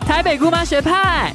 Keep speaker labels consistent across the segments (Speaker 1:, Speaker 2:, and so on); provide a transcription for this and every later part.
Speaker 1: 台北姑妈学派。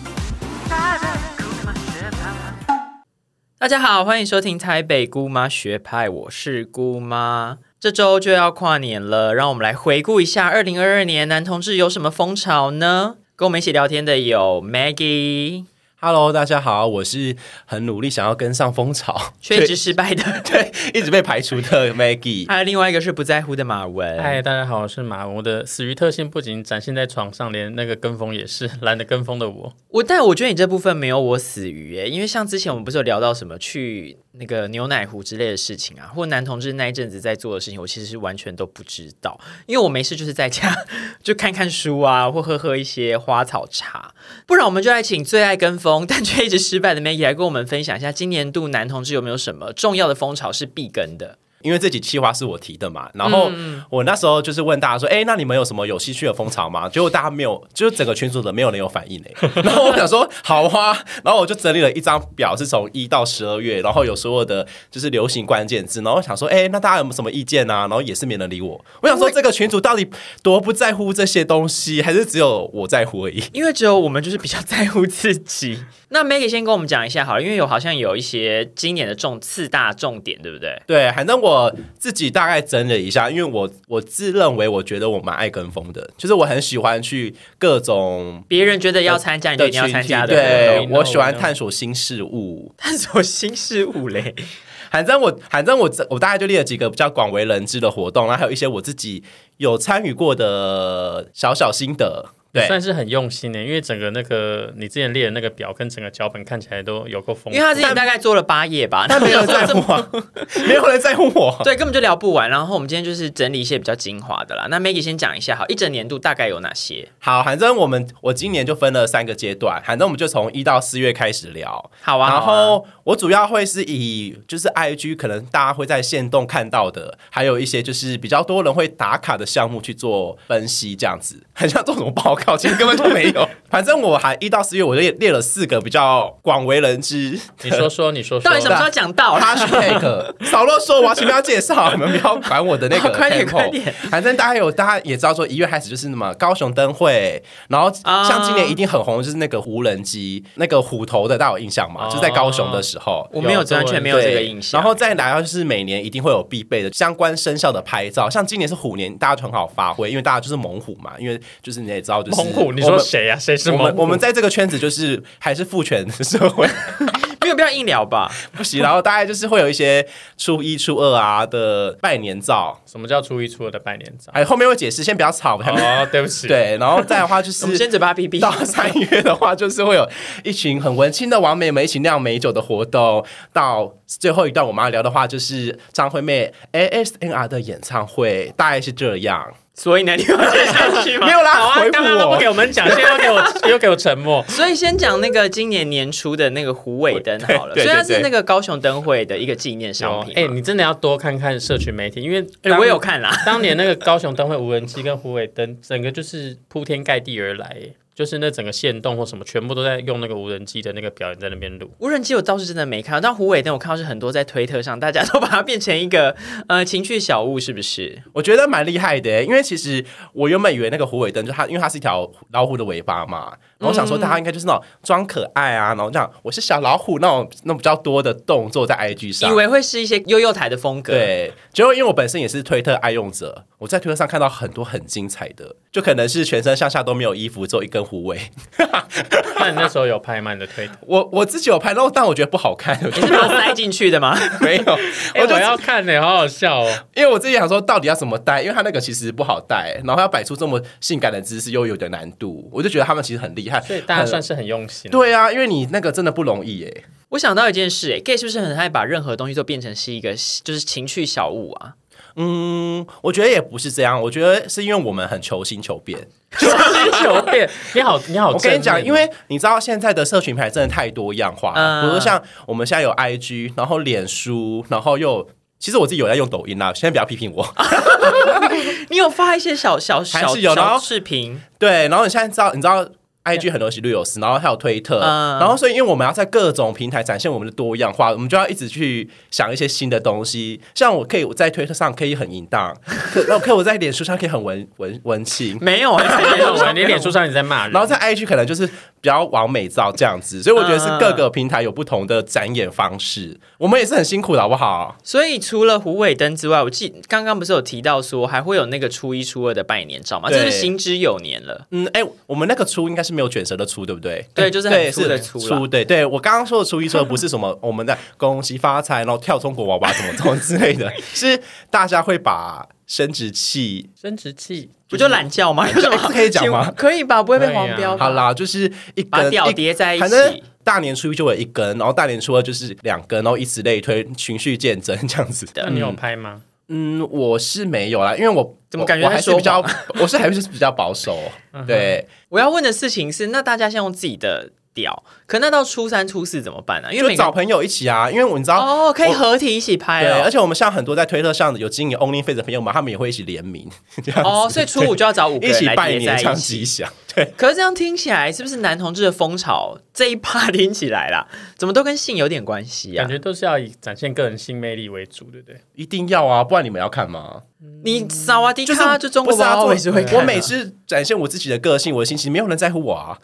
Speaker 1: 大家好，欢迎收听台北姑妈学派，我是姑妈。这周就要跨年了，让我们来回顾一下二零二二年男同志有什么风潮呢？跟我们一起聊天的有 Maggie，
Speaker 2: Hello，大家好，我是很努力想要跟上风潮，
Speaker 1: 却一直失败的，
Speaker 2: 对一直被排除的 Maggie。
Speaker 1: 还有另外一个是不在乎的马文。
Speaker 3: 嗨，大家好，我是马文。我的死鱼特性不仅展现在床上，连那个跟风也是 懒得跟风的我。
Speaker 1: 我但我觉得你这部分没有我死鱼耶，因为像之前我们不是有聊到什么去那个牛奶湖之类的事情啊，或男同志那一阵子在做的事情，我其实是完全都不知道，因为我没事就是在家就看看书啊，或喝喝一些花草茶。不然我们就来请最爱跟风但却一直失败的 Maggie 来跟我们分享一下今年度男同志有没有什么重要的风潮是必跟的。
Speaker 2: 因为这集企划是我提的嘛，然后我那时候就是问大家说，哎、那你们有什么有兴趣的风潮吗？结果大家没有，就是整个群组的没有人有反应哎、 然后我想说，好啊，然后我就整理了一张表，是从一到十二月，然后有所有的就是流行关键字，然后我想说，哎、那大家有没有什么意见啊？然后也是没人理我。我想说，这个群组到底多不在乎这些东西，还是只有我在乎而已？
Speaker 1: 因为只有我们就是比较在乎自己。那 Maggie 先跟我们讲一下好了，因为有好像有一些今年的重四大重点，对不对？
Speaker 2: 对，反正我自己大概整理一下，因为我我自认为我觉得我蛮爱跟风的，就是我很喜欢去各种
Speaker 1: 别人觉得要参加，你就一定要
Speaker 2: 群
Speaker 1: 参
Speaker 2: 体
Speaker 1: 加的活
Speaker 2: 对
Speaker 1: 动。
Speaker 3: 我
Speaker 2: 我喜欢
Speaker 3: 懂
Speaker 2: 探索新事物。
Speaker 1: 探索新事物嘞，
Speaker 2: 反正我反正我我大概就列了几个比较广为人知的活动，然后还有一些我自己有参与过的小小心得。
Speaker 3: 也
Speaker 2: 对，
Speaker 3: 算是很用心欸的，因为整个那个你之前列的那个表跟整个脚本看起来都有够
Speaker 1: 因
Speaker 3: 丰
Speaker 1: 为
Speaker 3: 富。
Speaker 1: 他之前大概做了八页吧，
Speaker 2: 但没 有人在乎
Speaker 1: 这
Speaker 2: 我，没有人在乎我。
Speaker 1: 对，根本就聊不完。然后我们今天就是整理一些比较精华的啦。那 Maggie 先讲一下，好，一整年度大概有哪些？
Speaker 2: 好，反正我们我今年就分了三个阶段，反正我们就从一到四月开始聊。
Speaker 1: 好啊，
Speaker 2: 然
Speaker 1: 好啊
Speaker 2: 后我主要会是以就是 IG 可能大家会在线动看到的，还有一些就是比较多人会打卡的项目去做分析，这样子很像做什么报告，其实根本就没 有。反正我还一到四月我就列列了四个比较广为人知
Speaker 3: 你说说，你 说说
Speaker 1: 到，底什么时候讲到？
Speaker 2: hashtag，少啰嗦，我要前面要介绍，你们不要管我的 那个 tempo。
Speaker 1: 快点快点
Speaker 2: 反正大家有大家也知道说一月开始就是什么高雄灯会，然后
Speaker 1: 啊
Speaker 2: 像今年一定很红就是那个无人机，那个虎头的，大家有印象吗？
Speaker 3: 哦
Speaker 2: 就在高雄的时候。
Speaker 1: 我没有，
Speaker 3: 有这
Speaker 1: 完全没有这个印象。
Speaker 2: 然后再来就是每年一定会有必备的相关生肖的拍照，像今年是虎年，大家就很好发挥，因为大家就是猛虎嘛，因为就是你也知道，就是
Speaker 3: 猛虎，你
Speaker 2: 我
Speaker 3: 说
Speaker 2: 们
Speaker 3: 谁呀、谁是
Speaker 2: 我
Speaker 3: 猛
Speaker 2: 们
Speaker 3: 虎？
Speaker 2: 我们在这个圈子就是还是父权社会，
Speaker 1: 没有必要硬聊吧？
Speaker 2: 不行，然后大概就是会有一些初一、初二啊的拜年照，
Speaker 3: 什么叫初一初二的拜年 照？
Speaker 2: 哎，后面会解释，先不要吵。我还没
Speaker 3: 哦，对不起，，
Speaker 2: 对，然后再的话就
Speaker 1: 我们
Speaker 2: 是
Speaker 1: 先嘴巴 哔哔。
Speaker 2: 到三月的话，就是会有一群很文青的王美们一起酿美酒的活动。到最后一段我们要聊的话，就是张惠妹 ASNR 的演唱会，大概是这样。
Speaker 1: 所以呢，你有接下 去吗？
Speaker 2: 没有啦
Speaker 3: 好啊
Speaker 2: 回，复哦
Speaker 3: 刚刚都
Speaker 2: 我
Speaker 3: 不给我们讲，现在又给 我又给我沉默。
Speaker 1: 所以先讲那个今年年初的那个虎尾灯好了，所
Speaker 2: 对对
Speaker 1: 以它是
Speaker 2: 对
Speaker 1: 那个高雄灯会的一个纪念商
Speaker 3: 有
Speaker 1: 品。
Speaker 3: 哎、你真的要多看看社群媒体，因为
Speaker 1: 哎、
Speaker 3: 当
Speaker 1: 我有看啦，
Speaker 3: 当年那个高雄灯会无人机跟虎尾灯，整个就是铺天盖地而来，就是那整个线动或什么，全部都在用那个无人机的那个表演在那边录。
Speaker 1: 无人机我倒是真的没看到，但虎尾灯我看到是很多在推特上，大家都把它变成一个呃情趣小物，是不是？
Speaker 2: 我觉得蛮厉害的耶，因为其实我原本以为那个虎尾灯，就它因为它是一条老虎的尾巴嘛，然后我想说大家应该就是那种装可爱啊，然后这样我是小老虎那种那种比较多的动作在 IG 上
Speaker 1: 以。为会是一啊些悠悠台的风格，，
Speaker 2: 对，结果因为我本身也是推特爱用者，我在推特上看到很多很精彩的，就可能是全身上下都没有衣服，只有一根虎尾。
Speaker 3: 那你那时候有拍吗？你的推特？
Speaker 2: 我我自己有拍到，但我觉得不好看， 我
Speaker 1: 你
Speaker 2: 就是
Speaker 1: 把它塞进去的 吗？
Speaker 2: 没有，
Speaker 3: 哎、
Speaker 2: 我就
Speaker 3: 我要看呢、好好笑哦、
Speaker 2: 因为我自己想说，到底要怎么戴？因为他那个其实不好戴，然后要摆出这么性感的姿势又有点难度，我就觉得他们其实很厉害。
Speaker 3: 所以大家
Speaker 2: 很
Speaker 3: 算是很用心。
Speaker 2: 对啊，因为你那个真的不容易耶。
Speaker 1: 我想到一件事、哎，gay 是不是很爱把任何东西都变成是一个就是情趣小物啊？
Speaker 2: 嗯，我觉得也不是这样，我觉得是因为我们很求新求变。
Speaker 3: 求新求变，你好，你
Speaker 1: 哦
Speaker 3: 好，
Speaker 2: 我跟你讲，因。为你知道现在的社群平台真的太多样化
Speaker 1: 嗯
Speaker 2: 了，比如说像我们现在有 IG，然后脸书，然后又。其实我自己有在用抖音啦，啊现在不要批评我。
Speaker 1: 你有发一些小小
Speaker 2: 还
Speaker 1: 小
Speaker 2: 是有然
Speaker 1: 小
Speaker 2: 后
Speaker 1: 视频，
Speaker 2: 对，然后你现在知道，你知道 IG 很多是 Reels，然后还有推特，
Speaker 1: 嗯
Speaker 2: 然后所以因为我们要在各种平台展现我们的多样化，我们就要一直去想一些新的东西。像我可以在推特上可以很淫荡，可 然后可以我在脸书上可以很文文文青，
Speaker 1: 没 有啊，
Speaker 3: 没有啊，你脸书上你在骂人，
Speaker 2: 然后在 IG 可能就是比较往美照这样子。所以我觉得是
Speaker 1: 嗯
Speaker 2: 各个平台有不同的展演方式，我们也是很辛苦的好不好？
Speaker 1: 所以除了虎尾灯之外，我记刚刚不是有提到说还会有那个初一初二的拜年照嘛？这
Speaker 2: 对
Speaker 1: 是行之有年了。
Speaker 2: 嗯，哎、我们那个粗应该是没有卷舌的粗，对不对？
Speaker 1: 对就是很粗的粗
Speaker 2: 粗
Speaker 1: 啦
Speaker 2: 粗。对对，我刚刚说的初一说的不是什么我们在恭喜发财，然后跳中国娃娃什么这种之类的，是大家会把生殖器。
Speaker 3: 生殖器
Speaker 1: 不就懒觉 吗？有什么
Speaker 2: 可以讲吗？
Speaker 1: 可以吧，不会被
Speaker 3: 可以啊
Speaker 1: 黄标吧。
Speaker 2: 好啦，就是一
Speaker 1: 把
Speaker 2: 根
Speaker 1: 屌
Speaker 2: 一
Speaker 1: 叠在一
Speaker 2: 反正
Speaker 1: 起。
Speaker 2: 大年初一就有一根，然后大年初二就是两根，然后以此类推，循序渐增这样子
Speaker 3: 那你有拍吗？
Speaker 2: 嗯，我是没有啦，因为我
Speaker 1: 怎么感觉
Speaker 2: 我我
Speaker 1: 在
Speaker 2: 还是
Speaker 1: 说嗯
Speaker 2: 比较， 我是还是比较保守。对，
Speaker 1: 我要问的事情是，那大家先用自己的屌，可那到初三、初四怎么办呢、啊因为
Speaker 2: 就
Speaker 1: 每
Speaker 2: 找
Speaker 1: 个
Speaker 2: 朋友一起啊，因为我你知道
Speaker 1: 哦，可以
Speaker 2: 我
Speaker 1: 合体一起拍
Speaker 2: 对，而
Speaker 1: 哦。
Speaker 2: 且我们像很多在推特上有经营 OnlyFans 的朋友们，他们也会一起联名，这样子
Speaker 1: 哦，所以初五就要找五个
Speaker 2: 一
Speaker 1: 人
Speaker 2: 起
Speaker 1: 来
Speaker 2: 拜
Speaker 1: 叠
Speaker 2: 年
Speaker 1: 在
Speaker 2: 唱
Speaker 1: 一起
Speaker 2: 吉。祥。对，
Speaker 1: 可是这样听起来，是不是男同志的风潮这一趴听起来啦，怎么都跟性有点关系啊
Speaker 3: 感？觉都是要以展现个人性魅力为主，对不对？
Speaker 2: 一定要啊，不然你们要看吗？
Speaker 1: 你萨瓦迪
Speaker 2: 就是
Speaker 1: 卡就中
Speaker 2: 不
Speaker 1: 国
Speaker 2: 是啊
Speaker 1: 娃娃，
Speaker 2: 做
Speaker 1: 我也是会看啊、
Speaker 2: 我每次展现我自己的个性，我的心情，没有人在乎我啊。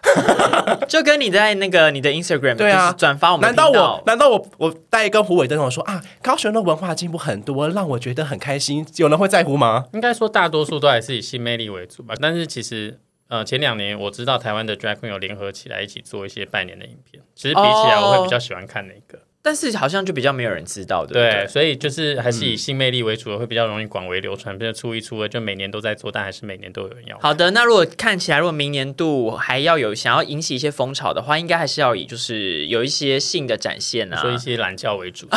Speaker 1: 就跟你在那个你的 Instagram
Speaker 2: 对啊
Speaker 1: 就是转发我们
Speaker 2: 难
Speaker 1: 的频道，
Speaker 2: 道我难道我我带一根虎尾灯，我说啊，高雄的文化进步很多，让我觉得很开心，有人会在乎吗？
Speaker 3: 应该说大多数都还是以性魅力为主吧。但是其实，呃，前两年我知道台湾的 drag queen 有联合起来一起做一些拜年的影片，其实比起来我会比较喜欢看那个。
Speaker 1: 但是好像就比较没有人知哦道，对不嗯
Speaker 3: 对，
Speaker 1: 对？
Speaker 3: 所以就是还是以性魅力为主的，会比较容易广为流传。变成初一、初二就每年都在做，但还是每年都有人要。
Speaker 1: 好的，那如果看起来，如果明年度还要有想要引起一些风潮的话，应该还是要以就是有一些性的展现啊
Speaker 3: 说，一些懒觉为
Speaker 1: 哦
Speaker 3: 主，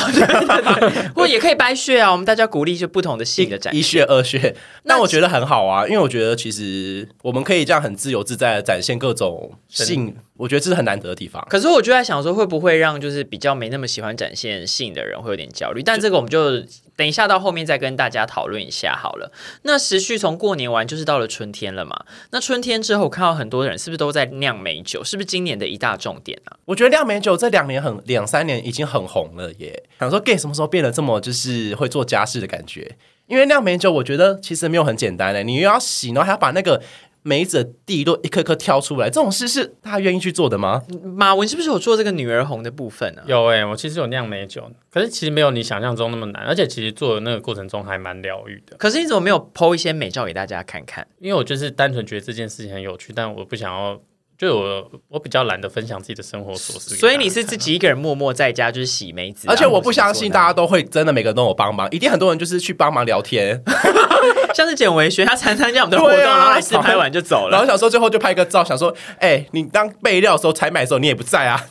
Speaker 1: 或者也可以掰血啊，我们大家鼓励就不同的性的展
Speaker 2: 一
Speaker 1: 现。
Speaker 2: 血 二血，
Speaker 1: 那
Speaker 2: 那我觉得很好啊，因为我觉得其实我们可以这样很自由自在的展现各种性，我觉得这是很难得的地方。
Speaker 1: 可是我就在想说，会不会让就是比较没那么喜欢展现性的人会有点焦虑？但这个我们就等一下到后面再跟大家讨论一下好了。那时序从过年完就是到了春天了嘛？那春天之后，我看到很多人是不是都在酿美酒？是不是今年的一大重点啊？
Speaker 2: 我觉得酿美酒这两年很两三年已经很红了耶，想说 gay 什么时候变得这么就是会做家事的感觉？因为酿美酒，我觉得其实没有很简单的，你又要洗，然后还要把那个梅子的蒂都一颗颗挑出来，这种事是大家愿意去做的吗？
Speaker 1: 马文是不是有做这个女儿红的部分啊？
Speaker 3: 有哎、我其实有酿美酒，可是其实没有你想象中那么难，而且其实做的那个过程中还蛮疗愈的，
Speaker 1: 可是你怎么没有 PO 一些美照给大家看看？
Speaker 3: 因为我就是单纯觉得这件事情很有趣，但我不想要，就我我比较懒得分享自己的生活琐事给大家看，
Speaker 1: 所以你是自己一个人默默在家就是洗梅子啊、
Speaker 2: 啊而且我
Speaker 1: 或
Speaker 2: 不
Speaker 1: 者是做
Speaker 2: 相信大家都会真的每个人都有帮忙，一定很多人就是去帮忙聊天，
Speaker 1: 那个，像是简维轩，他常参加我们的活动，
Speaker 2: 对啊
Speaker 1: 然后来试拍完就走
Speaker 2: 然
Speaker 1: 了
Speaker 2: 后。想说最后就拍个照，想说，哎、你当备料的时候采买的时候你也不在啊，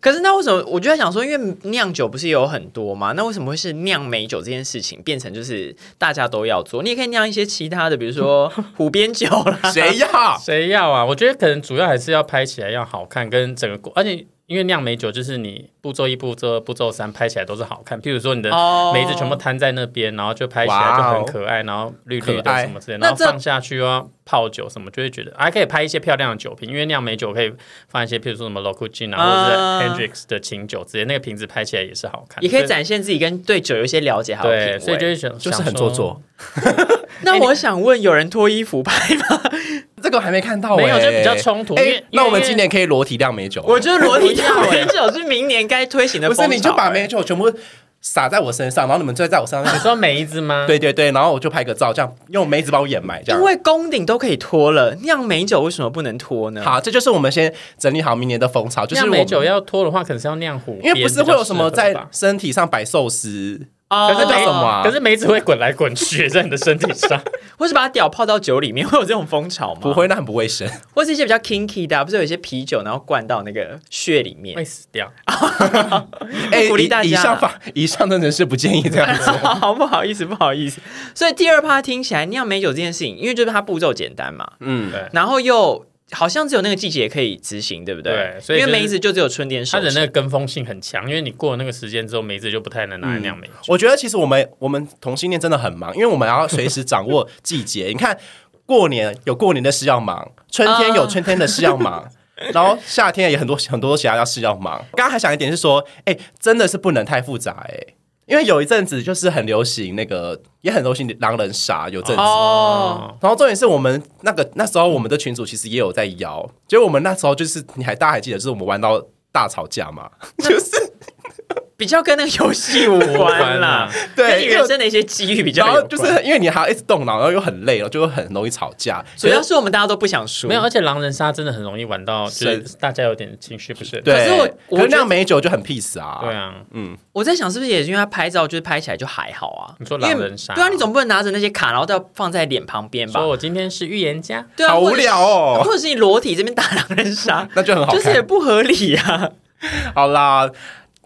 Speaker 1: 可是那为什么？我就在想说，因为酿酒不是有很多嘛，那为什么会是酿美酒这件事情变成就是大家都要做？你也可以酿一些其他的，比如 说湖边酒啦。
Speaker 2: 谁要？
Speaker 3: 谁要啊？我觉得可能主要还是要拍起来要好看，跟整个过，而且因为酿美酒就是你步骤一、步骤二、步骤三拍起来都是好看。譬如说你的
Speaker 1: 哦
Speaker 3: 梅子全部摊在那边，然后就拍起来就很可爱，然后绿绿
Speaker 2: 可
Speaker 3: 的
Speaker 2: 爱
Speaker 3: 什么之类的，
Speaker 1: 那
Speaker 3: 然后
Speaker 1: 这
Speaker 3: 放下去又要泡酒什么，就会觉得还可以拍一些漂亮的酒瓶，因为酿美酒可以放一些譬如说什么 local gin 啊，
Speaker 1: 啊
Speaker 3: 或者是 Hendrix 的清酒之类，那个瓶子拍起来也是好看，
Speaker 1: 也可以
Speaker 3: 所以。
Speaker 1: 展现自己跟对酒有一些了解，还有
Speaker 3: 对，
Speaker 1: 品
Speaker 3: 所以就
Speaker 1: 味。
Speaker 3: 会想
Speaker 2: 就是哎很做。
Speaker 3: 想说
Speaker 2: 作，
Speaker 1: 那我想问，有人脱衣服拍吗？
Speaker 2: 这个还没看到、欸，
Speaker 3: 没有就比较冲突
Speaker 2: 哎、
Speaker 3: 因为
Speaker 2: 那我
Speaker 3: 因
Speaker 2: 们
Speaker 3: 为
Speaker 2: 今年可以裸体酿美酒，啊
Speaker 1: 我觉得裸体
Speaker 3: 不要
Speaker 1: 酿美酒是明年该推行的
Speaker 2: 哎不
Speaker 1: 风潮、
Speaker 2: 是你就把
Speaker 1: 欸
Speaker 2: 美酒全部洒在我身上，然后你们再在我身
Speaker 3: 你
Speaker 2: 上，
Speaker 3: 说梅子吗？
Speaker 2: 对对对，然后我就拍个照，这样用梅子把我掩埋，这
Speaker 1: 因
Speaker 2: 样。
Speaker 1: 为宫顶都可以脱了，酿美酒为什么不能脱呢？
Speaker 2: 好，这就是我们先整理好明年的风潮，就是
Speaker 3: 酿
Speaker 2: 我
Speaker 3: 美
Speaker 2: 们
Speaker 3: 酒要脱的话，可能是要酿湖
Speaker 2: 因
Speaker 3: 边，
Speaker 2: 为不是会有什么
Speaker 3: 比较适合吧哎
Speaker 2: 在身体上摆寿司，
Speaker 1: 哦
Speaker 2: 可是叫什么啊
Speaker 3: 可是梅子会滚来滚去在你的身体 上，
Speaker 1: 或是把屌泡到酒里面，会有这种风潮吗？
Speaker 2: 不，会，那很不卫生。
Speaker 1: 或是一些比较 kinky 的啊、不是有一些啤酒然后灌到那个血里面
Speaker 3: 会？死掉。
Speaker 2: 哎、
Speaker 1: 鼓励大家
Speaker 2: 以以上法，以上真的是不建议这样 子。
Speaker 1: 好不好意思，不好意思。所以第二趴听起来酿美酒这件事情，因为就是它步骤简单嘛，
Speaker 2: 嗯，
Speaker 3: 对，
Speaker 1: 然后又好像只有那个季节可以执行，对不对？
Speaker 3: 对所以就是
Speaker 1: 因为梅子就只有春天熟
Speaker 3: 它的
Speaker 1: 成。
Speaker 3: 那个跟风性很强，因为你过了那个时间之后，梅子就不太能
Speaker 2: 嗯
Speaker 3: 拿来酿梅酒。
Speaker 2: 我觉得其实我们我们同性恋真的很忙，因为我们要随时掌握季节。你看。 过年有过年的事要忙，春天有春天的事要忙。然后夏天也很多很多其他事要忙。刚刚还想一点是说，哎、真的是不能太复杂哎、因为有一阵子就是很流行那个，也很流行狼人杀，有阵子。
Speaker 4: 哦，
Speaker 2: 然后重点是我们那个那时候我们的群主其实也有在摇，结果我们那时候就是你还大家还记得，就是我们玩到大吵架嘛，就是
Speaker 1: 比较跟那个游戏无关 啦，跟你
Speaker 2: 对， 因为
Speaker 1: 人生的一些机遇比较
Speaker 2: 然
Speaker 1: 有
Speaker 2: 后
Speaker 1: 关。
Speaker 2: 就是因为你还要一直动脑，然后又很累，然后就会很容易吵架。
Speaker 1: 主要是我们大家都不想输，
Speaker 3: 没有，而且狼人杀真的很容易玩到，就是大家有点情绪不是很
Speaker 2: 对，
Speaker 1: 可是我我觉
Speaker 2: 可是
Speaker 1: 得
Speaker 2: 那样美酒就很 peace 啊。
Speaker 3: 对啊，
Speaker 1: 我在想，是不是也是因为他拍照，就是拍起来就还好啊？
Speaker 3: 你说
Speaker 1: 因为
Speaker 3: 狼人杀
Speaker 2: 哦
Speaker 1: 对啊，你总不能拿着那些卡，然后再放在脸旁边吧
Speaker 3: 说？我今天是预言家，
Speaker 1: 对啊，
Speaker 2: 好
Speaker 1: 或
Speaker 2: 无
Speaker 1: 者是
Speaker 2: 聊哦，
Speaker 1: 或者是你裸体这边打狼人杀
Speaker 2: 那就很好
Speaker 1: 就是也
Speaker 2: 看。
Speaker 1: 不合理啊。
Speaker 2: 好啦，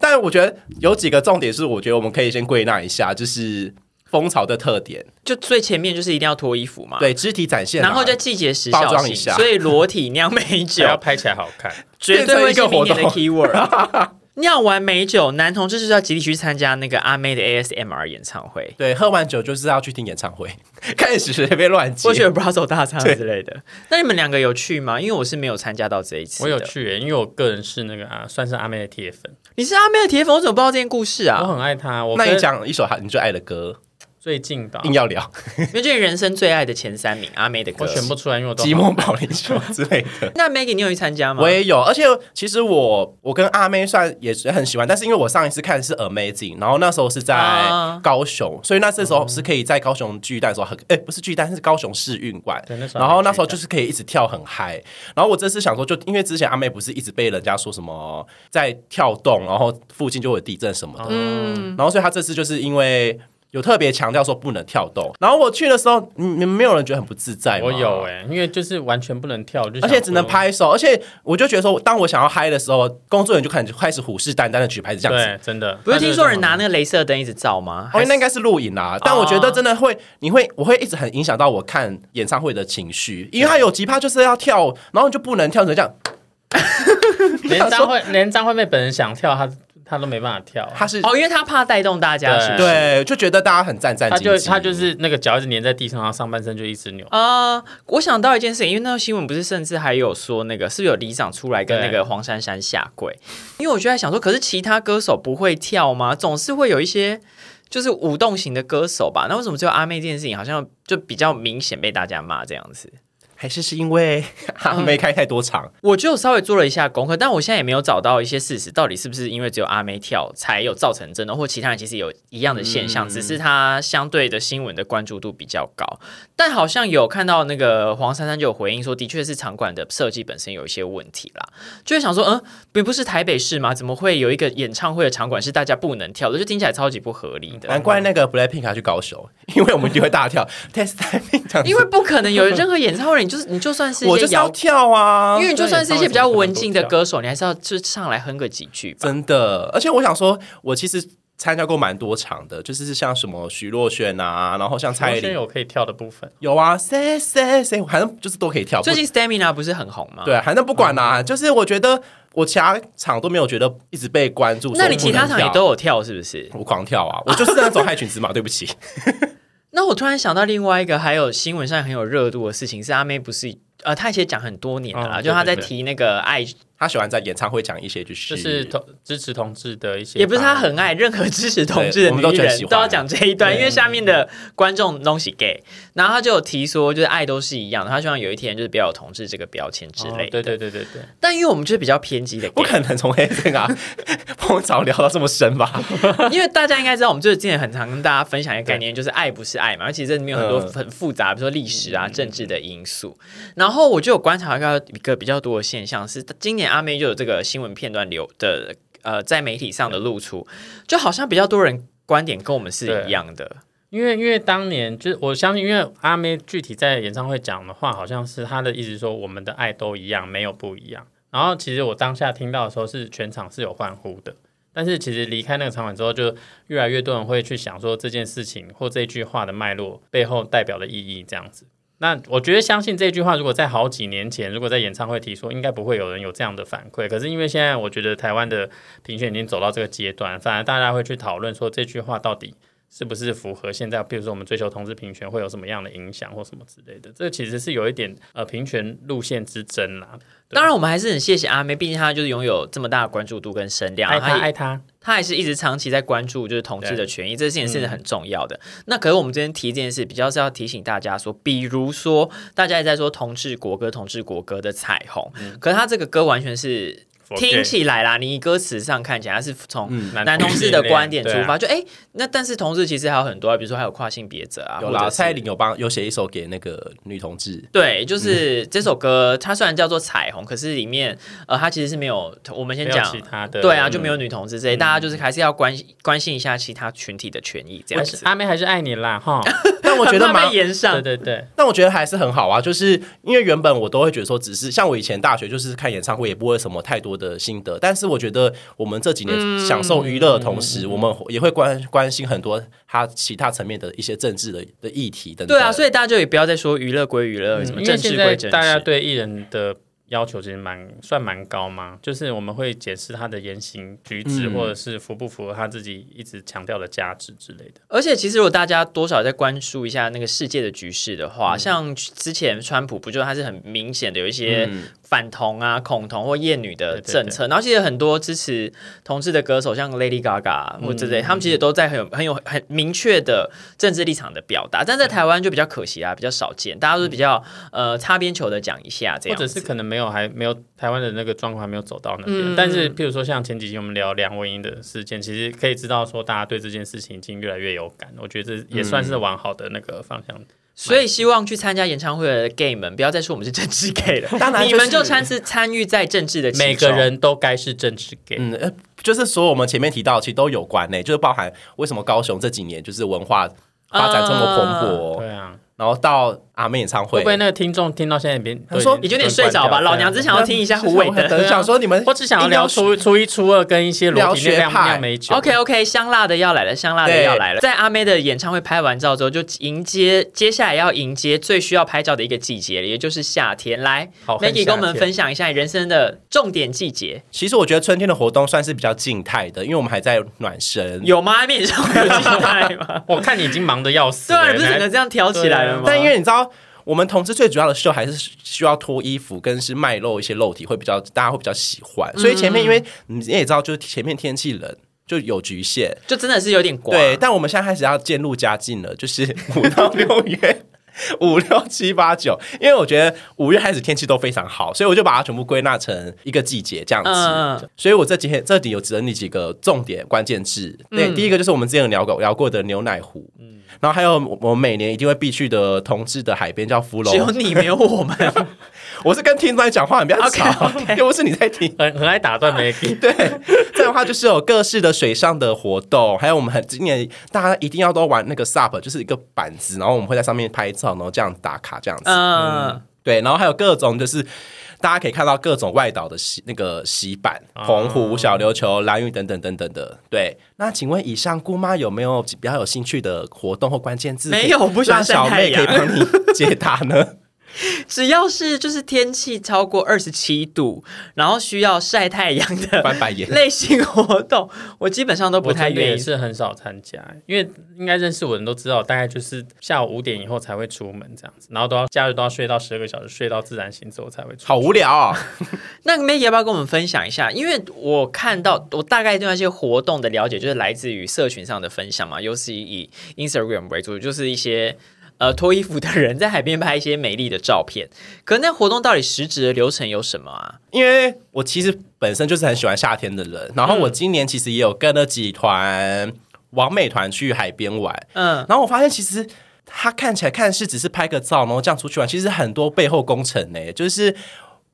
Speaker 2: 但我觉得有几个重点是，我觉得我们可以先归纳一下，就是风潮的特点，
Speaker 1: 就最前面就是一定要脱衣服嘛，，
Speaker 2: 对肢体展现啊、
Speaker 1: 然后就季节时效
Speaker 2: 包装一
Speaker 1: 性，
Speaker 2: 下
Speaker 1: 所以裸体酿美酒
Speaker 3: 只要拍起来好看。
Speaker 1: 绝对会是明年的
Speaker 2: 变
Speaker 1: keyword。酿 完美酒，男同志就是要集体去参加那个阿妹的 ASMR 演唱会，
Speaker 2: 对喝完酒就是要去听演唱会， 开始随便乱接
Speaker 1: 或。者 Brussels 大餐之类的。那你们两个有去吗？因为我是没有参加到这一次。
Speaker 3: 我有，去耶，因为我个人是那个啊，算是阿妹的铁粉，
Speaker 1: 你是阿妹的铁粉，我怎么不知道这件故事啊？
Speaker 3: 我很爱她。我
Speaker 2: 那你
Speaker 3: 跟
Speaker 2: 讲一首你最爱的歌，
Speaker 3: 最近的啊
Speaker 2: 硬要聊
Speaker 1: 因为这是人生最爱的前三名，阿妹的歌。
Speaker 3: 我选不出来，因为我
Speaker 2: 《
Speaker 3: 都
Speaker 2: 寂寞保龄球》之类的。
Speaker 1: 那 Maggie，你有去参加吗？
Speaker 2: 我也有，而且其实我我跟阿妹算也是很喜欢，但是因为我上一次看是 Amazing，然后那时候是在
Speaker 1: 啊
Speaker 2: 高雄，所以那次时候是可以在高雄巨蛋的时候很，哎、不是巨蛋是高雄市运馆
Speaker 3: 对那，时候
Speaker 2: 然后那时候
Speaker 3: 还
Speaker 2: 就
Speaker 3: 巨蛋
Speaker 2: 是可以一直跳很嗨。然后我这次想说就，因为之前阿妹不是一直被人家说什么在跳动，然后附近就有地震什么的，
Speaker 1: 嗯，
Speaker 2: 然后所以她这次就是因为。有特别强调说不能跳动，然后我去的时候，你你们没有人觉得很不自在吗？
Speaker 3: 我有哎，因为就是完全不能跳，就想
Speaker 2: 而且只能
Speaker 3: 说。
Speaker 2: 拍手，而且我就觉得说，当我想要嗨的时候，工作人员就开始开始虎视眈眈的举牌子这样子。
Speaker 3: 对，真的
Speaker 1: 不是听说人拿
Speaker 3: 那
Speaker 1: 那个镭射灯一直照吗？还，
Speaker 2: 哦
Speaker 1: 是
Speaker 2: 那应该是录影
Speaker 3: 啊
Speaker 2: 啦，但我觉得真的会，你会，我会一直很影响到我看演唱会的情绪，因为他有吉他就是要跳，然后你就不能跳成这样，
Speaker 3: 连张惠连张惠妹本人想跳，她她都没办法跳，
Speaker 2: 他是
Speaker 1: 哦，因为他怕带动大家，
Speaker 3: 对
Speaker 1: 是不是？
Speaker 2: 对，就觉得大家很战战
Speaker 3: 她
Speaker 2: 兢
Speaker 3: 就
Speaker 2: 兢，
Speaker 3: 她就是那个脚一直粘在地上，然后上半身就一直扭。
Speaker 1: 啊、我想到一件事情，因为那个新闻不是甚至还有说那个是不是有里长出来跟那
Speaker 3: 对
Speaker 1: 个黄珊珊下跪？因为我就在想说，可是其他歌手不会跳吗？总是会有一些就是舞动型的歌手吧？那为什么只有阿妹这件事情好像就比较明显被大家骂这样子？
Speaker 2: 还是是因为他
Speaker 3: 嗯
Speaker 2: 没开太多场，
Speaker 1: 我就稍微做了一下功课，但我现在也没有找到一些事实，到底是不是因为只有阿妹跳才有造成这种，或其他人其实有一样的现
Speaker 2: 嗯
Speaker 1: 象，只是它相对的新闻的关注度比较高。但好像有看到那个黄珊珊就有回应说，的确是场馆的设计本身有一些问题啦，就会想说，嗯，并不是台北市吗？怎么会有一个演唱会的场馆是大家不能跳的？就听起来超级不合理的。
Speaker 2: 难怪那个 Blackpink 还去高雄，因为我们就会大 跳 test timing 这样子
Speaker 1: 因为不可能有任何演唱 会，你就是你就算是
Speaker 2: 我
Speaker 1: 一
Speaker 2: 就
Speaker 1: 些
Speaker 2: 是要
Speaker 1: 摇
Speaker 2: 跳啊，
Speaker 1: 因为你就算是一些比较文静的
Speaker 3: 对
Speaker 1: 歌手，你还是要就上来哼个几句吧。
Speaker 2: 真的，而且我想说，我其实参加过蛮多场的，就是像什么徐若瑄啊，然后像蔡
Speaker 3: 蔡
Speaker 2: 依
Speaker 3: 依
Speaker 2: 林
Speaker 3: 有可以跳的部分，
Speaker 2: 有啊，谁谁谁，反正就是都可以跳。
Speaker 1: 最
Speaker 2: 啊不啊
Speaker 1: 近 Stamina 不是很红吗？。
Speaker 2: 对，反正不管啦、就是我觉得我其他场都没有觉得一直被关注，
Speaker 1: 那
Speaker 2: 说
Speaker 1: 你其他
Speaker 2: 不能
Speaker 1: 场也
Speaker 2: 跳
Speaker 1: 都有跳是不是？
Speaker 2: 我狂跳 啊，我就是那种害群之马，对不起。
Speaker 1: 那我突然想到另外一个，还有新闻上很有热度的事情是阿妹不是呃，她其实讲很多年了啦，
Speaker 2: 嗯
Speaker 3: 哦
Speaker 1: 就她在
Speaker 3: 对对对
Speaker 1: 提那个爱，
Speaker 2: 他喜欢在演唱会讲一些 就是
Speaker 3: 就是同支持同志的一些，哦
Speaker 1: 也不是她很爱任何支持同志
Speaker 2: 对
Speaker 1: 的
Speaker 2: 我
Speaker 1: 女
Speaker 2: 们都觉得
Speaker 1: 人
Speaker 2: 喜欢嗯
Speaker 1: 都要讲这一段，
Speaker 2: 对
Speaker 1: 因为下面的观众东西 gay，然后她就有提说就是爱都是一样的，她希望有一天就是不要有同志这个标签之
Speaker 3: 哦
Speaker 1: 类的。
Speaker 3: 对对对对对，
Speaker 1: 但因为我们就是比较偏激的 gay，
Speaker 2: 不可能从黑这 啊碰早聊到这么深吧？
Speaker 1: 因为大家应该知道，我们就是之前很常跟大家分享一个概念，就是爱不是爱嘛，而且这里面有很多
Speaker 2: 嗯
Speaker 1: 很复杂，比如说历史啊、政治的因素。然后我就有观察到一个比较多的现象是，今年阿妹就有这个新闻片段流的呃，在媒体上的露出，就好像比较多人观点跟我们是一样的。
Speaker 3: 因为因为当年就是我相信，因为阿妹具体在演唱会讲的话，好像是她的意思说我们的爱都一样，没有不一样。然后其实我当下听到的时候是全场是有欢呼的，但是其实离开那个场馆之后，就越来越多人会去想说这件事情或这句话的脉络背后代表的意义这样子。那我觉得相信这句话，如果在好几年前，如果在演唱会提出，应该不会有人有这样的反馈。可是因为现在我觉得台湾的评选已经走到这个阶段，反而大家会去讨论说这句话到底是不是符合现在，比如说我们追求同志平权会有什么样的影响或什么之类的？这其实是有一点呃平权路线之争啦。
Speaker 1: 当然，我们还是很谢谢阿妹，毕竟她就是拥有这么大的关注度跟声量，
Speaker 3: 爱
Speaker 1: 她
Speaker 3: 他
Speaker 1: 也
Speaker 3: 爱他，
Speaker 1: 她还是一直长期在关注就是同志的权益，这件
Speaker 2: 嗯
Speaker 1: 事情是很重要的。那可是我们今天提这件事，比较是要提醒大家说，比如说大家也在说同志国歌、同志国歌的彩虹，
Speaker 2: 嗯
Speaker 1: 可是它这个歌完全是。
Speaker 3: For gay
Speaker 1: 听起来啦，你歌词上看起来它是从
Speaker 2: 嗯
Speaker 1: 男同志的观点出
Speaker 3: 对啊
Speaker 1: 发，就哎、那但是同志其实还有很多啊，比如说还有跨性别者啊，
Speaker 2: 有
Speaker 1: 或者
Speaker 2: 啦，
Speaker 1: 是
Speaker 2: 蔡依林有帮有写一首给那个女同志，
Speaker 1: 对，就是这首歌，它虽然叫做《彩虹》，可是里面呃，它其实是没有我们先
Speaker 3: 没有
Speaker 1: 讲，
Speaker 3: 其他的嗯
Speaker 1: 对啊，就没有女同志这些，大家就是还是要关关心一下其他群体的权益这样
Speaker 3: 还是
Speaker 1: 子。
Speaker 3: 阿妹还是爱你啦 哈。
Speaker 2: 但我觉得蛮
Speaker 1: 慢慢延上
Speaker 3: 对，对对，
Speaker 2: 但我觉得还是很好啊，就是因为原本我都会觉得说，只是像我以前大学就是看演唱会，也不会有什么太多的心得。但是我觉得我们这几
Speaker 1: 嗯
Speaker 2: 年享受娱乐的同时，我们也会关关心很多他其他层面的一些政治的的议题等等。
Speaker 1: 对啊，所以大家就也不要再说娱乐归娱乐，什么
Speaker 3: 嗯因为
Speaker 1: 政治
Speaker 3: 现
Speaker 1: 归
Speaker 3: 在
Speaker 1: 政
Speaker 3: 大家
Speaker 1: 治。
Speaker 3: 对艺人的要求其实蛮算蛮高嘛，就是我们会检视他的言行举止，
Speaker 2: 嗯
Speaker 3: 或者是符不符合他自己一直强调的价值之类的。
Speaker 1: 而且其实如果大家多少在关注一下那个世界的局势的
Speaker 3: 嗯
Speaker 1: 话，像之前川普不就他是很明显的有一些
Speaker 3: 嗯
Speaker 1: 反同啊、恐同或厌女的政策，然后其实很多支持同志的歌手，像 Lady Gaga
Speaker 3: 嗯
Speaker 1: 或之类，他们其实都在很有很有很明确的政治立场的表达，但在台湾就比较可惜啊，比较少见，大家都是比较、呃擦边球的讲一下这
Speaker 3: 嗯或
Speaker 1: 样子，
Speaker 3: 者是可能没有还没有台湾的那个状况还没有走到那边，但是譬如说像前几集我们聊梁文音的事件，其实可以知道说大家对这件事情已经越来越有感，我觉得这也算是往好的那个方向。
Speaker 1: 所以希望去参加演唱会的 gay 们，不要再说我们是政治 gay 了，
Speaker 2: 当然
Speaker 1: 你们
Speaker 2: 就
Speaker 1: 就是参是参与在政治的其中
Speaker 3: 每个。人都该是政治 gay，、
Speaker 2: 嗯，呃就是说我们前面提到，其实都有关呢、就是包含为什么高雄这几年就是文化发展这么蓬勃，
Speaker 3: 对啊，
Speaker 2: 然后到阿妹演唱
Speaker 3: 会
Speaker 2: 会
Speaker 3: 不，会那个听众听到现在边，
Speaker 2: 他说
Speaker 3: 都已
Speaker 1: 你
Speaker 3: 经
Speaker 1: 就有点睡着吧，
Speaker 3: 关掉
Speaker 1: 老娘只想要听一下胡
Speaker 2: 伟
Speaker 1: 伟的。
Speaker 3: 对啊
Speaker 2: 想说你们
Speaker 3: 我只想要聊初初一、初二跟一些裸体那
Speaker 2: 聊
Speaker 3: 酿
Speaker 2: 学派
Speaker 3: 酿美酒。
Speaker 1: OK OK，香辣的要来了，香辣的
Speaker 2: 对
Speaker 1: 要来了。在阿妹的演唱会拍完照之后，就迎接接下来要迎接最需要拍照的一个季节了，也就是夏天。来
Speaker 3: 好恨
Speaker 1: ，Maggie
Speaker 3: 夏
Speaker 1: 跟我们
Speaker 3: 天？
Speaker 1: 分享一下你人生的重点季节，
Speaker 2: 其实我觉得春天的活动算是比较静态的，因为我们还在暖身。
Speaker 1: 有吗？阿妹演唱会有期待吗
Speaker 3: 我看你已经忙得要死
Speaker 1: 对
Speaker 3: 了，
Speaker 1: 啊，你不是
Speaker 3: 原来
Speaker 1: 整个这样挑起来了吗？
Speaker 2: 但因为你知道，我们同志最主要的秀还是需要脱衣服，跟是卖露一些肉体，会比较大家会比较喜欢。所以前
Speaker 1: 嗯
Speaker 2: 面因为你也知道，就是前面天气冷。就有局限，
Speaker 1: 就真的是有点广。
Speaker 2: 对。但我们现在开始要渐入佳境了，就是 五到六月，五六七八九，因为我觉得五月开始天气都非常好，所以我就把它全部归纳成一个季节这样子。
Speaker 1: 嗯，嗯
Speaker 2: 所以我这几天这里有整理几个重点关键字。对，第一个就是我们之前有聊过聊过的牛奶湖，然后还有我我每年一定会必去的同志的海边叫芙
Speaker 1: 只有
Speaker 2: 蓉。
Speaker 1: 你没有我们，
Speaker 2: 我是跟听众在讲话，你不要吵
Speaker 1: OK，OK
Speaker 2: 又不是你在听。
Speaker 3: 很很爱打断 Maggie，
Speaker 2: 对，这样的话就是有各式的水上的活动，还有我们很今年大家一定要都玩那个 SUP，就是一个板子，然后我们会在上面拍照，然后这样打卡这样子。
Speaker 1: 嗯，
Speaker 2: 对，然后还有各种就是大家可以看到各种外岛的洗那个洗板，
Speaker 1: 啊
Speaker 2: 澎湖、小琉球、蓝屿等等等等的。对，那请问以上姑妈有没有比较有兴趣的活动或关键字？
Speaker 1: 没有我不喜欢
Speaker 2: 让
Speaker 1: 晒
Speaker 2: 小
Speaker 1: 太
Speaker 2: 妹可以
Speaker 1: 阳
Speaker 2: 帮你解答呢。
Speaker 1: 只要是就是天气超过二十七度，然后需要晒太阳的
Speaker 2: 翻白眼
Speaker 1: 类型活动，我基本上都不
Speaker 3: 我
Speaker 1: 太
Speaker 3: 真的
Speaker 1: 愿
Speaker 3: 也
Speaker 1: 意。
Speaker 3: 是很少参加，因为应该认识我的人都知道，大概就是下午五点以后才会出门这样子，然后都要假日都要睡到十二个小时，睡到自然醒之后才会出门。
Speaker 2: 好无聊哦。
Speaker 1: 那 Maggie 要不要跟我们分享一下？因为我看到我大概对那些活动的了解，就是来自于社群上的分享嘛，尤其以 Instagram 为主，就是一些。呃，脱衣服的人在海边拍一些美丽的照片，可那活动到底实质的流程有什么啊？
Speaker 2: 因为我其实本身就是很喜欢夏天的人，
Speaker 3: 嗯
Speaker 2: 然后我今年其实也有跟了几团完美团去海边玩，
Speaker 1: 嗯，
Speaker 2: 然后我发现其实。他看起来看似只是拍个照，然后这样出去玩，其实很多背后工程呢、欸就是。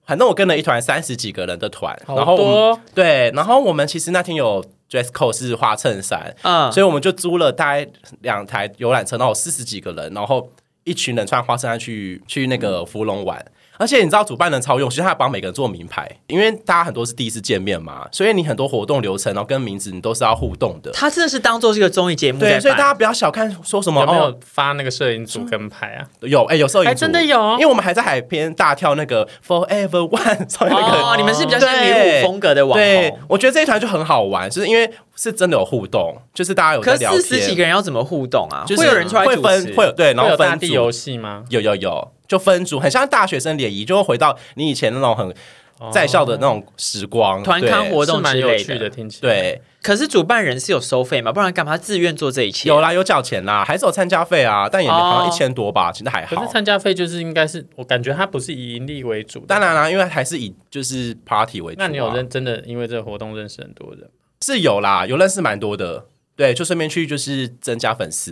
Speaker 2: 反正我跟了一团三十几个人的团，
Speaker 3: 好
Speaker 2: 然后我
Speaker 3: 多哦
Speaker 2: 们对，然后我们其实那天有 dress code 是花衬衫，
Speaker 1: 嗯
Speaker 2: 所以我们就租了大概两
Speaker 1: 嗯
Speaker 2: 台游览车，然后四十几个人，然后一群人穿花衬衫去去那个芙蓉玩。而且你知道主办人超用心，他还帮每个人做名牌，因为大家很多是第一次见面嘛，所以你很多活动流程，然后跟名字你都是要互动的。
Speaker 1: 他真的是当做是一个综艺节目在
Speaker 2: 对，
Speaker 1: 办，
Speaker 2: 所以大家不要小看说什么
Speaker 3: 有没
Speaker 2: 哦，
Speaker 3: 有发那个摄影组跟拍啊？
Speaker 2: 有哎、有时候
Speaker 3: 还真的有哦
Speaker 2: 因为我们还在海边大跳那个 Forever One，所以那个
Speaker 1: 哦，你们是比较像女
Speaker 2: 对
Speaker 1: 舞风格的网
Speaker 2: 对
Speaker 1: 红，，
Speaker 2: 我觉得这一团就很好玩，就是因为是真的有互动，就是大家有在
Speaker 1: 可
Speaker 2: 聊
Speaker 1: 是十几
Speaker 2: 天，
Speaker 1: 个人要怎么互动啊？
Speaker 2: 就是
Speaker 1: 会有人出来
Speaker 2: 会
Speaker 1: 主
Speaker 2: 分
Speaker 1: 持，
Speaker 2: 会有对，然
Speaker 3: 会
Speaker 2: 后
Speaker 3: 有大
Speaker 2: 分组
Speaker 3: 地游戏吗？
Speaker 2: 有有有，就分组，很像大学生联谊，就会回到你以前那种很在校的那种时光，
Speaker 1: 哦团
Speaker 2: 对
Speaker 1: 康活
Speaker 3: 是
Speaker 1: 动
Speaker 3: 蛮
Speaker 1: 之
Speaker 3: 有
Speaker 1: 类
Speaker 3: 趣的，
Speaker 1: 的。
Speaker 3: 听起来。
Speaker 2: 对，
Speaker 1: 可是主办人是有收费吗？不然干嘛他自愿做这一切？
Speaker 2: 有啦，有缴钱啦，还是有参加费啊，但也好像
Speaker 1: 哦
Speaker 2: 一千多吧，其实还
Speaker 3: 可
Speaker 2: 好
Speaker 3: 是。参加费就是应该是，我感觉它不是以盈利为主的。
Speaker 2: 当然啦，因为还是以就是 party 为主、啊。
Speaker 3: 那你有认真的因为这个活动认识很多人？
Speaker 2: 是有啦，有认识蛮多的。对，就顺便去就是增加粉丝，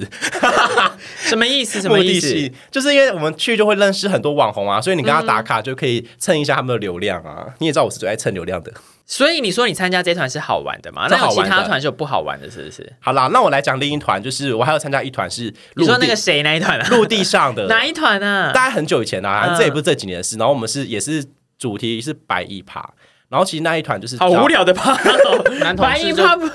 Speaker 1: 什么意思？什
Speaker 2: 目
Speaker 1: 么
Speaker 2: 的
Speaker 1: 意思？
Speaker 2: 性就是因为我们去就会认识很多网红啊，所以你跟他
Speaker 1: 嗯
Speaker 2: 打卡就可以蹭一下他们的流量啊。你也知道我是最爱蹭流量的。
Speaker 1: 所以你说你参加这团是好玩的嘛？那
Speaker 2: 是好
Speaker 1: 有其
Speaker 2: 玩的
Speaker 1: 他团是有不好玩的，是不是？
Speaker 2: 好啦，那我来讲另一团，就是我还有参加一团是
Speaker 1: 你
Speaker 2: 陆
Speaker 1: 说
Speaker 2: 地
Speaker 1: 那个谁那一团啊？
Speaker 2: 陆地上 的，
Speaker 1: 哪一团啊？
Speaker 2: 大概很久以前啦、啊，
Speaker 1: 嗯
Speaker 2: 这也不是这几年的事。然后我们是也是主题是百亿趴，然后其实那一团就是
Speaker 1: 好无，聊的 吧？
Speaker 3: 男同
Speaker 1: 白
Speaker 3: 志
Speaker 1: 银
Speaker 3: 就
Speaker 1: 趴不，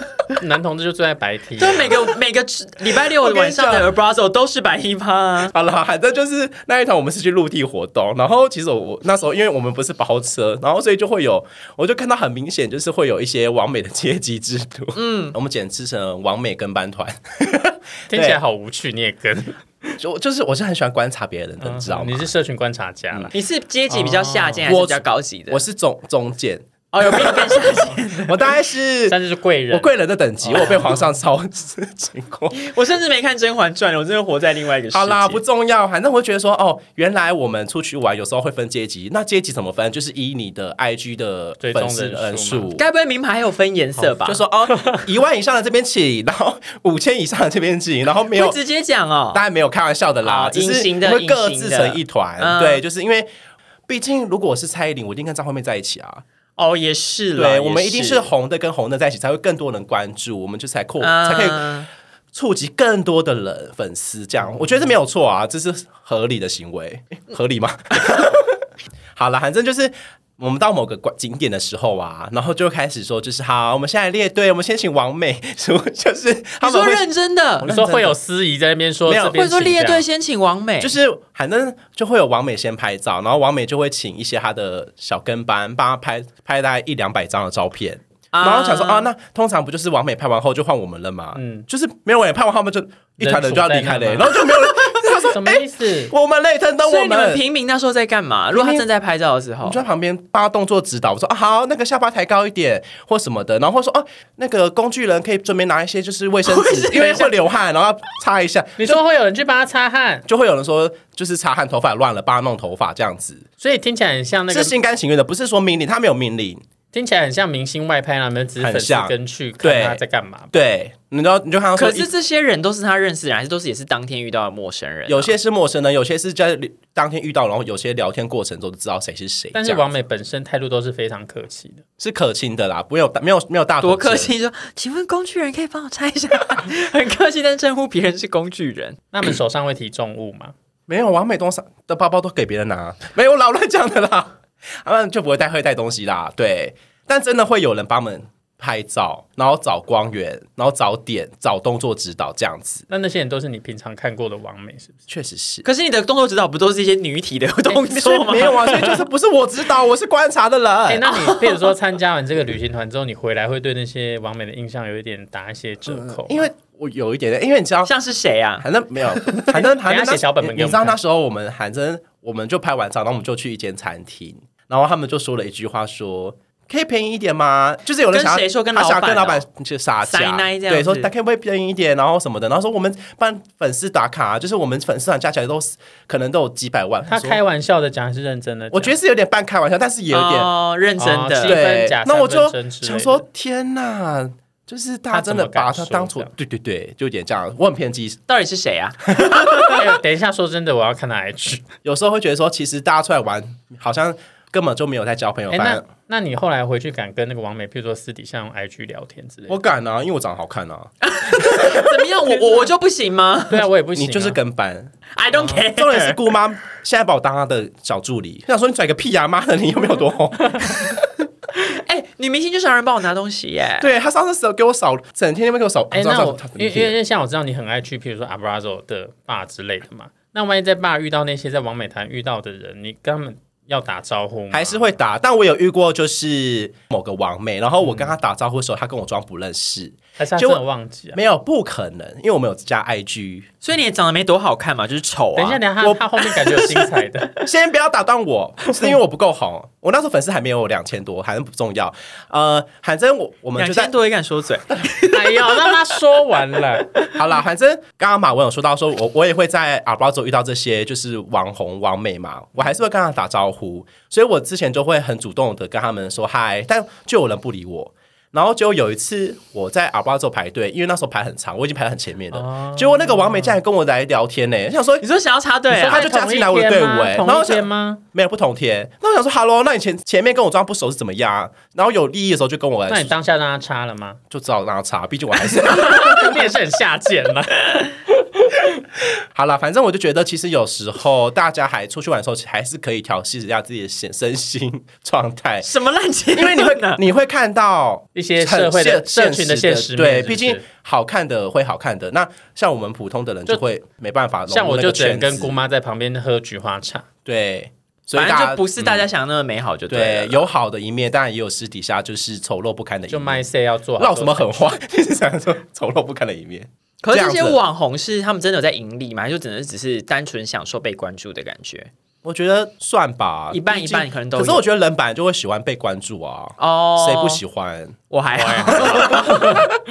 Speaker 3: 男同志就最爱白 T， 啊
Speaker 1: 对每 个每个礼拜六晚上的 Abrazo 都是白银趴啊。
Speaker 2: 好了，反正就是那一团，我们是去陆地活动。然后其实我我那时候，因为我们不是包车，然后所以就会有，我就看到很明显，就是会有一些完美的阶级制度。嗯，我们简称成完美跟班团。
Speaker 3: 听起来好无趣，你也跟，
Speaker 2: 就就是我是很喜欢观察别人的，你知道
Speaker 3: 嗯
Speaker 2: 吗
Speaker 3: 你？是社群观察家啦。
Speaker 1: 你是阶级比较下贱哦还是
Speaker 2: 我
Speaker 1: 比较高级的？
Speaker 2: 我是中中间，
Speaker 1: 哦，有比你更下贱。
Speaker 2: 我大概是
Speaker 3: 但是是贵人，
Speaker 2: 我贵人的等
Speaker 1: 哦
Speaker 2: 级，我有被皇上操之情况。
Speaker 1: 我甚至没看《甄嬛传》，我真的活在另外一个世界。
Speaker 2: 好啦，不重要，反正我会觉得说，哦，原来我们出去玩有时候会分阶级，那阶级怎么分？就是依你的 IG 的
Speaker 3: 追踪
Speaker 2: 粉丝
Speaker 3: 人
Speaker 2: 人
Speaker 3: 数嘛
Speaker 2: 数。
Speaker 1: 该不会名牌还有分颜色吧？
Speaker 2: 就说哦，一万以上的这边请，然后五千以上的这边请，然后没有
Speaker 1: 会，直接讲哦。
Speaker 2: 当然没有开玩笑的啦，
Speaker 1: 哦
Speaker 2: 只
Speaker 1: 隐
Speaker 2: 是
Speaker 1: 形的
Speaker 2: 会各
Speaker 1: 隐
Speaker 2: 自
Speaker 1: 形的
Speaker 2: 成一团，
Speaker 1: 嗯
Speaker 2: 对，就是因为。毕竟，如果我是蔡依林，我一定跟张惠妹在一起啊！
Speaker 1: 哦，也是啦，
Speaker 2: 对，
Speaker 1: 也
Speaker 2: 我们一定是红的跟红的在一起，才会更多人关注，我们就才扩，才可以
Speaker 1: 啊
Speaker 2: 触及更多的人粉丝。这
Speaker 1: 嗯
Speaker 2: 样，我觉得这没有错啊，这是合理的行为，合 理吗？好了，反正就是我们到某个观景点的时候啊，然后就开始说，就是好，我们现在列队，我们先请王美，就是他
Speaker 1: 你说
Speaker 2: 们会
Speaker 1: 认真的，
Speaker 3: 你说会有司仪在那边说
Speaker 2: 没有
Speaker 3: 这
Speaker 1: 或
Speaker 3: 边
Speaker 1: 者说
Speaker 3: 请这
Speaker 1: 列
Speaker 3: 样
Speaker 1: 队先请王美，
Speaker 2: 就是反正就会有王美先拍照，然后王美就会请一些她的小跟班帮她拍拍大概一两百张的照片。
Speaker 1: 啊
Speaker 2: 然后想说啊，那通常不就是王美拍完后就换我们了吗？嗯，就是没有人拍完，他们就一团人就要离开嘞、
Speaker 3: 人
Speaker 2: 然后就没有人。他说
Speaker 3: 什么意思？
Speaker 1: 哎
Speaker 2: 我们累，等等
Speaker 1: 所以
Speaker 2: 我
Speaker 1: 你们
Speaker 2: 们。
Speaker 1: 平民那时候在干嘛？如果他正在拍照的时
Speaker 2: 我
Speaker 1: 候
Speaker 2: 就，在旁边帮他动作指导，我说啊好，那个下巴抬高一点或什么的，然后或说哦、那个工具人可以顺便拿一些就是卫生纸，因为会流汗，然后要擦一下。
Speaker 3: 你说会有人去帮他擦汗，
Speaker 2: 就会有人说就是擦汗头发乱了，帮他弄头发这样子。
Speaker 3: 所以听起来很像那个
Speaker 2: 是，心甘情愿的，不是说命令，他没有命令。
Speaker 3: 听起来很像明星外拍，那们只是粉
Speaker 2: 很
Speaker 3: 丝
Speaker 2: 像
Speaker 3: 跟去看
Speaker 2: 对
Speaker 3: 他在干嘛。
Speaker 2: 对，你知道你就看到说
Speaker 1: 可是这些人都是他认识的人，还是都是也是当天遇到的陌生人啊？
Speaker 2: 有些是陌生人，有些是在当天遇到，然后有些聊天过程中就知道谁是谁。
Speaker 3: 但是
Speaker 2: 这样
Speaker 3: 王美本身态度都是非常客气的，
Speaker 2: 是可亲的啦，没有没有没有 大
Speaker 1: 多
Speaker 2: 口
Speaker 1: 客
Speaker 2: 气。
Speaker 1: 气说，请问工具人可以帮我拆一下？ 很客气，但称呼别人是工具人。
Speaker 3: 那我们手上会提重物吗？
Speaker 2: 没有，王美东上的包包都给别人拿，没有老乱讲的啦， 他们就不会带会带东西啦。对，但真的会有人帮忙拍照，然后找光源，然后找点，找动作指导这样子，
Speaker 3: 那那些人都是你平常看过的王美，是不是？
Speaker 2: 确实 是。
Speaker 1: 可是你的动作指导不都是一些女体的动作
Speaker 2: 所以
Speaker 1: 吗？
Speaker 2: 没有啊，所以就是不是我指导，我是观察的人。
Speaker 3: 哎、那你比如说参加完这个旅行团之后，你回来会对那些王美的印象有一点打一些折
Speaker 1: 嗯
Speaker 3: 扣吗，
Speaker 2: 因为我有一点点，因为你知道，
Speaker 1: 像是谁啊？
Speaker 2: 反正 没有，反正反正
Speaker 3: 写
Speaker 2: 那
Speaker 3: 小本本
Speaker 2: 你
Speaker 3: 给我们
Speaker 2: 你知道
Speaker 3: 看
Speaker 2: 那时候我们反正我们就拍完照，然后我们就去一间餐厅，然后他们就说了一句话说。可以便宜一点吗？就是有人
Speaker 1: 跟
Speaker 2: 想要
Speaker 1: 谁说跟
Speaker 2: 他
Speaker 1: 老
Speaker 2: 想要
Speaker 1: 板
Speaker 2: 跟老板
Speaker 1: 哦
Speaker 2: 去杀
Speaker 1: 塞
Speaker 2: 价，
Speaker 1: 奶这样
Speaker 2: 对，说
Speaker 1: 子
Speaker 2: 他可不可以便宜一点，然后什么的，然后说我们帮粉丝打卡、就是我们粉丝团加起来都是可能都有几百万。
Speaker 3: 他
Speaker 2: 我说
Speaker 3: 开玩笑的讲还是认真的讲？
Speaker 2: 我觉得是有点半开玩笑，但是也有点、
Speaker 1: 哦，认真
Speaker 3: 哦
Speaker 1: 的
Speaker 3: 是。分
Speaker 2: 对
Speaker 3: 假。
Speaker 2: 那
Speaker 3: 三
Speaker 2: 我
Speaker 3: 分
Speaker 2: 就
Speaker 3: 真之类
Speaker 2: 想
Speaker 3: 的
Speaker 2: 说，天哪，就是大家真的
Speaker 3: 他怎么敢
Speaker 2: 把他当
Speaker 3: 说
Speaker 2: 做
Speaker 3: 这样
Speaker 2: 对对对，就有点这样，我很偏激，
Speaker 1: 到底是谁啊？
Speaker 3: 哎等一下，说真的，我要看他 H。
Speaker 2: 有时候会觉得说，其实大家出来玩好像根本就没有在交朋友。
Speaker 3: 哎、
Speaker 2: 反
Speaker 3: 那
Speaker 2: 正
Speaker 3: 那你
Speaker 2: 哦
Speaker 3: 后来回去敢跟那个王美，譬如说私底下用 IG 聊天之类的
Speaker 2: 我？敢啊，因为我长得好看啊。
Speaker 1: 怎么样？我我我就不行吗
Speaker 3: 对啊，我也不行、
Speaker 2: 你
Speaker 3: 啊，
Speaker 2: 就是跟班。
Speaker 1: ？I don't
Speaker 2: 哦重点
Speaker 1: care。
Speaker 2: 是姑妈现在把我当她的小助理，想说你拽个屁呀、妈的，你有没有多红？
Speaker 1: 哎，女明星就是有人帮我拿东西耶。
Speaker 2: 对她上次手给我扫，整天那边给我扫。
Speaker 3: 哎、
Speaker 2: 不知
Speaker 3: 那
Speaker 2: 道
Speaker 3: 我
Speaker 2: 她她
Speaker 3: 因为因为因为像我知道你很爱去，譬如说 Abrazo 的 bar 之类的嘛，那万一在 bar 遇到那些在王美潭遇到的人，你跟他们要打招呼吗？
Speaker 2: 还是会打，但我有遇过就是某个王妹，然后我跟她打招呼的时候，她跟我装不认识，
Speaker 3: 还是他真的忘记啊？
Speaker 2: 没有不可能，因为我们有加 IG。
Speaker 1: 所以你也长得没多好看嘛，就是丑啊。
Speaker 3: 等一下，等一下，他
Speaker 2: 我
Speaker 3: 他后面感觉有精彩 的，
Speaker 2: 先不要打断我，是因为我不够红，我那时候粉丝还没有两千多，反正不重要。呃，反正我我们
Speaker 1: 两
Speaker 2: 就在
Speaker 1: 千多也敢 说嘴，
Speaker 3: 哎呦，让他说完了。
Speaker 2: 好啦，反正刚刚马文有说到说，我我也会在阿巴州遇到这些就是网红、网美嘛，我还是会跟他打招呼，所以我之前就会很主动的跟他们说嗨，但就有人不理我。然后就有一次我在阿巴州排队，因为那时候排很长，我已经排得很前面了，
Speaker 3: 啊
Speaker 2: 结果那个王美竟然跟我来聊天呢、想说
Speaker 1: 你说想要插队
Speaker 2: 你说
Speaker 1: 啊，
Speaker 2: 他？就加进来我的队伍哎
Speaker 3: 同
Speaker 2: 然后我
Speaker 3: 一
Speaker 2: 想
Speaker 3: 天吗？
Speaker 2: 没有不同天，那我想说 hello，那你前前面跟我装不熟是怎么样啊、然后有利益的时候就跟我
Speaker 3: 那
Speaker 2: 来
Speaker 3: 你，当下让他插了吗？
Speaker 2: 就只好让他查，毕竟我还是
Speaker 3: 你也是很下贱了。
Speaker 2: 好了，反正我就觉得，其实有时候大家还出去玩的时候，还是可以调试一下自己的身身心状态
Speaker 1: 什么烂结
Speaker 2: 因为你会
Speaker 1: 论啊
Speaker 2: 你会看到
Speaker 3: 一些
Speaker 2: 很
Speaker 3: 社会的
Speaker 2: 现
Speaker 3: 社群的现实面
Speaker 2: 对，
Speaker 3: 是不是
Speaker 2: 毕竟好看的会好看的，那像我们普通的人就会没办法
Speaker 3: 像
Speaker 2: 融入
Speaker 3: 我
Speaker 2: 那
Speaker 3: 就
Speaker 2: 个
Speaker 3: 只能
Speaker 2: 圈
Speaker 3: 跟姑
Speaker 2: 子，嗯
Speaker 3: 妈在旁边喝菊花茶，
Speaker 2: 对，所以
Speaker 1: 反
Speaker 2: 大
Speaker 1: 正
Speaker 2: 家
Speaker 1: 就不是大家想的那么美好，就
Speaker 2: 对
Speaker 1: 对了。
Speaker 2: 有好的一面，当然也有私底下就是丑陋不堪的一
Speaker 3: 就
Speaker 2: 面。
Speaker 3: 麦 C 要做好
Speaker 2: 唠什么狠话？ 就是想说丑陋不堪的一面。
Speaker 1: 可是这些
Speaker 2: 这样子
Speaker 1: 网红是他们真的有在盈利吗？还是就只能只是单纯享受被关注的感觉？
Speaker 2: 我觉得算吧，
Speaker 1: 一半
Speaker 2: 毕竟
Speaker 1: 一半可能都有
Speaker 2: 可是我觉得人本来就会喜欢被关注啊，
Speaker 1: 哦，
Speaker 2: 谁不喜欢？
Speaker 1: 我还好，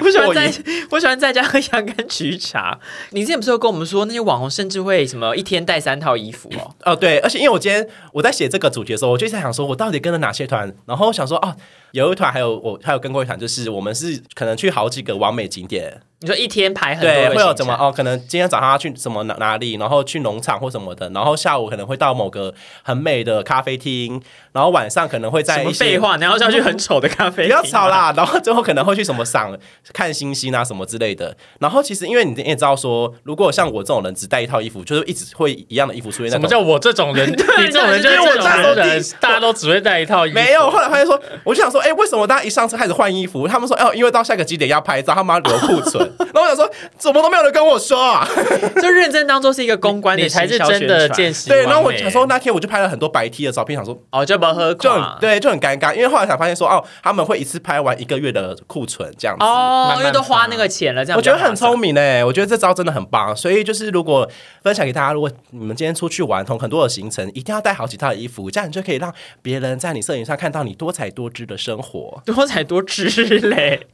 Speaker 1: 我喜欢
Speaker 2: 我
Speaker 1: 在
Speaker 2: 也
Speaker 1: 我喜欢在家喝洋甘菊茶。你之前不是有跟我们说，那些网红甚至会什么一天带三套衣服哦？
Speaker 2: 哦，对，而且因为我今天我在写这个主题的时候，我就一直在想说，我到底跟了哪些团？然后我想说，哦，有一团，还有我还有跟过一团，就是我们是可能去好几个完美景点，
Speaker 1: 你说一天排很多
Speaker 2: 对，
Speaker 1: 个
Speaker 2: 会有
Speaker 1: 行
Speaker 2: 怎么
Speaker 1: 程
Speaker 2: 哦，可能今天早上要去什么哪哪里，然后去农场或什么的，然后下午可能会到某个很美的咖啡厅，然后晚上可能会在
Speaker 1: 什么
Speaker 2: 一
Speaker 1: 废
Speaker 2: 些。
Speaker 1: 话？然后是要去很丑的咖啡？
Speaker 2: 不要吵！啦，然后最后可能会去什么赏看星星啊什么之类的。然后其实因为你也知道说，如果像我这种人只带一套衣服，就是一直会一样的衣服出现在
Speaker 3: 什么叫我这种 人？你这种
Speaker 2: 啊
Speaker 3: 人就是
Speaker 1: 因为我
Speaker 3: 这
Speaker 2: 那时候
Speaker 3: 种人
Speaker 2: 第一，
Speaker 3: 大家都只会带一套衣服。
Speaker 2: 没有，后来发现说，我就想说，哎、为什么大家一上车开始换衣服？他们说，哦，因为到下个景点要拍照，他们要留库 存。然后我想说，怎么都没有人跟我说啊？
Speaker 1: 就认真当做是一个公关的
Speaker 3: 你才是
Speaker 1: 行销
Speaker 3: 真的
Speaker 1: 宣传
Speaker 3: 见习完
Speaker 2: 对，
Speaker 3: 美。
Speaker 2: 然后我想说，那天我就拍了很多白 T 的照片，想说
Speaker 1: 哦，就不喝
Speaker 2: 就
Speaker 1: 垮
Speaker 2: 很对，就很尴尬，因为后来才发现说，哦，他们会一次拍完一个月的库存这样子。
Speaker 1: 哦
Speaker 3: 慢，慢
Speaker 1: 因为都花
Speaker 3: 发
Speaker 1: 那个钱了，这样
Speaker 2: 我觉得很
Speaker 1: 聪
Speaker 2: 聪明诶，我觉得这招真的很棒，所以就是如果分享给大家，如果你们今天出去玩，同很多的行程，一定要带好几套衣服，这样你就可以让别人在你摄影上看到你多才多姿的生活。
Speaker 1: 多才多姿 嘞。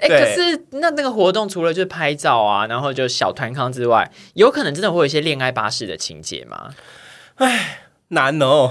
Speaker 1: 哎、
Speaker 2: 对
Speaker 1: 可是那那个活动除了就是拍照啊，然后就小团康之外，有可能真的会有一些恋爱巴士的情节吗？
Speaker 2: 难哦，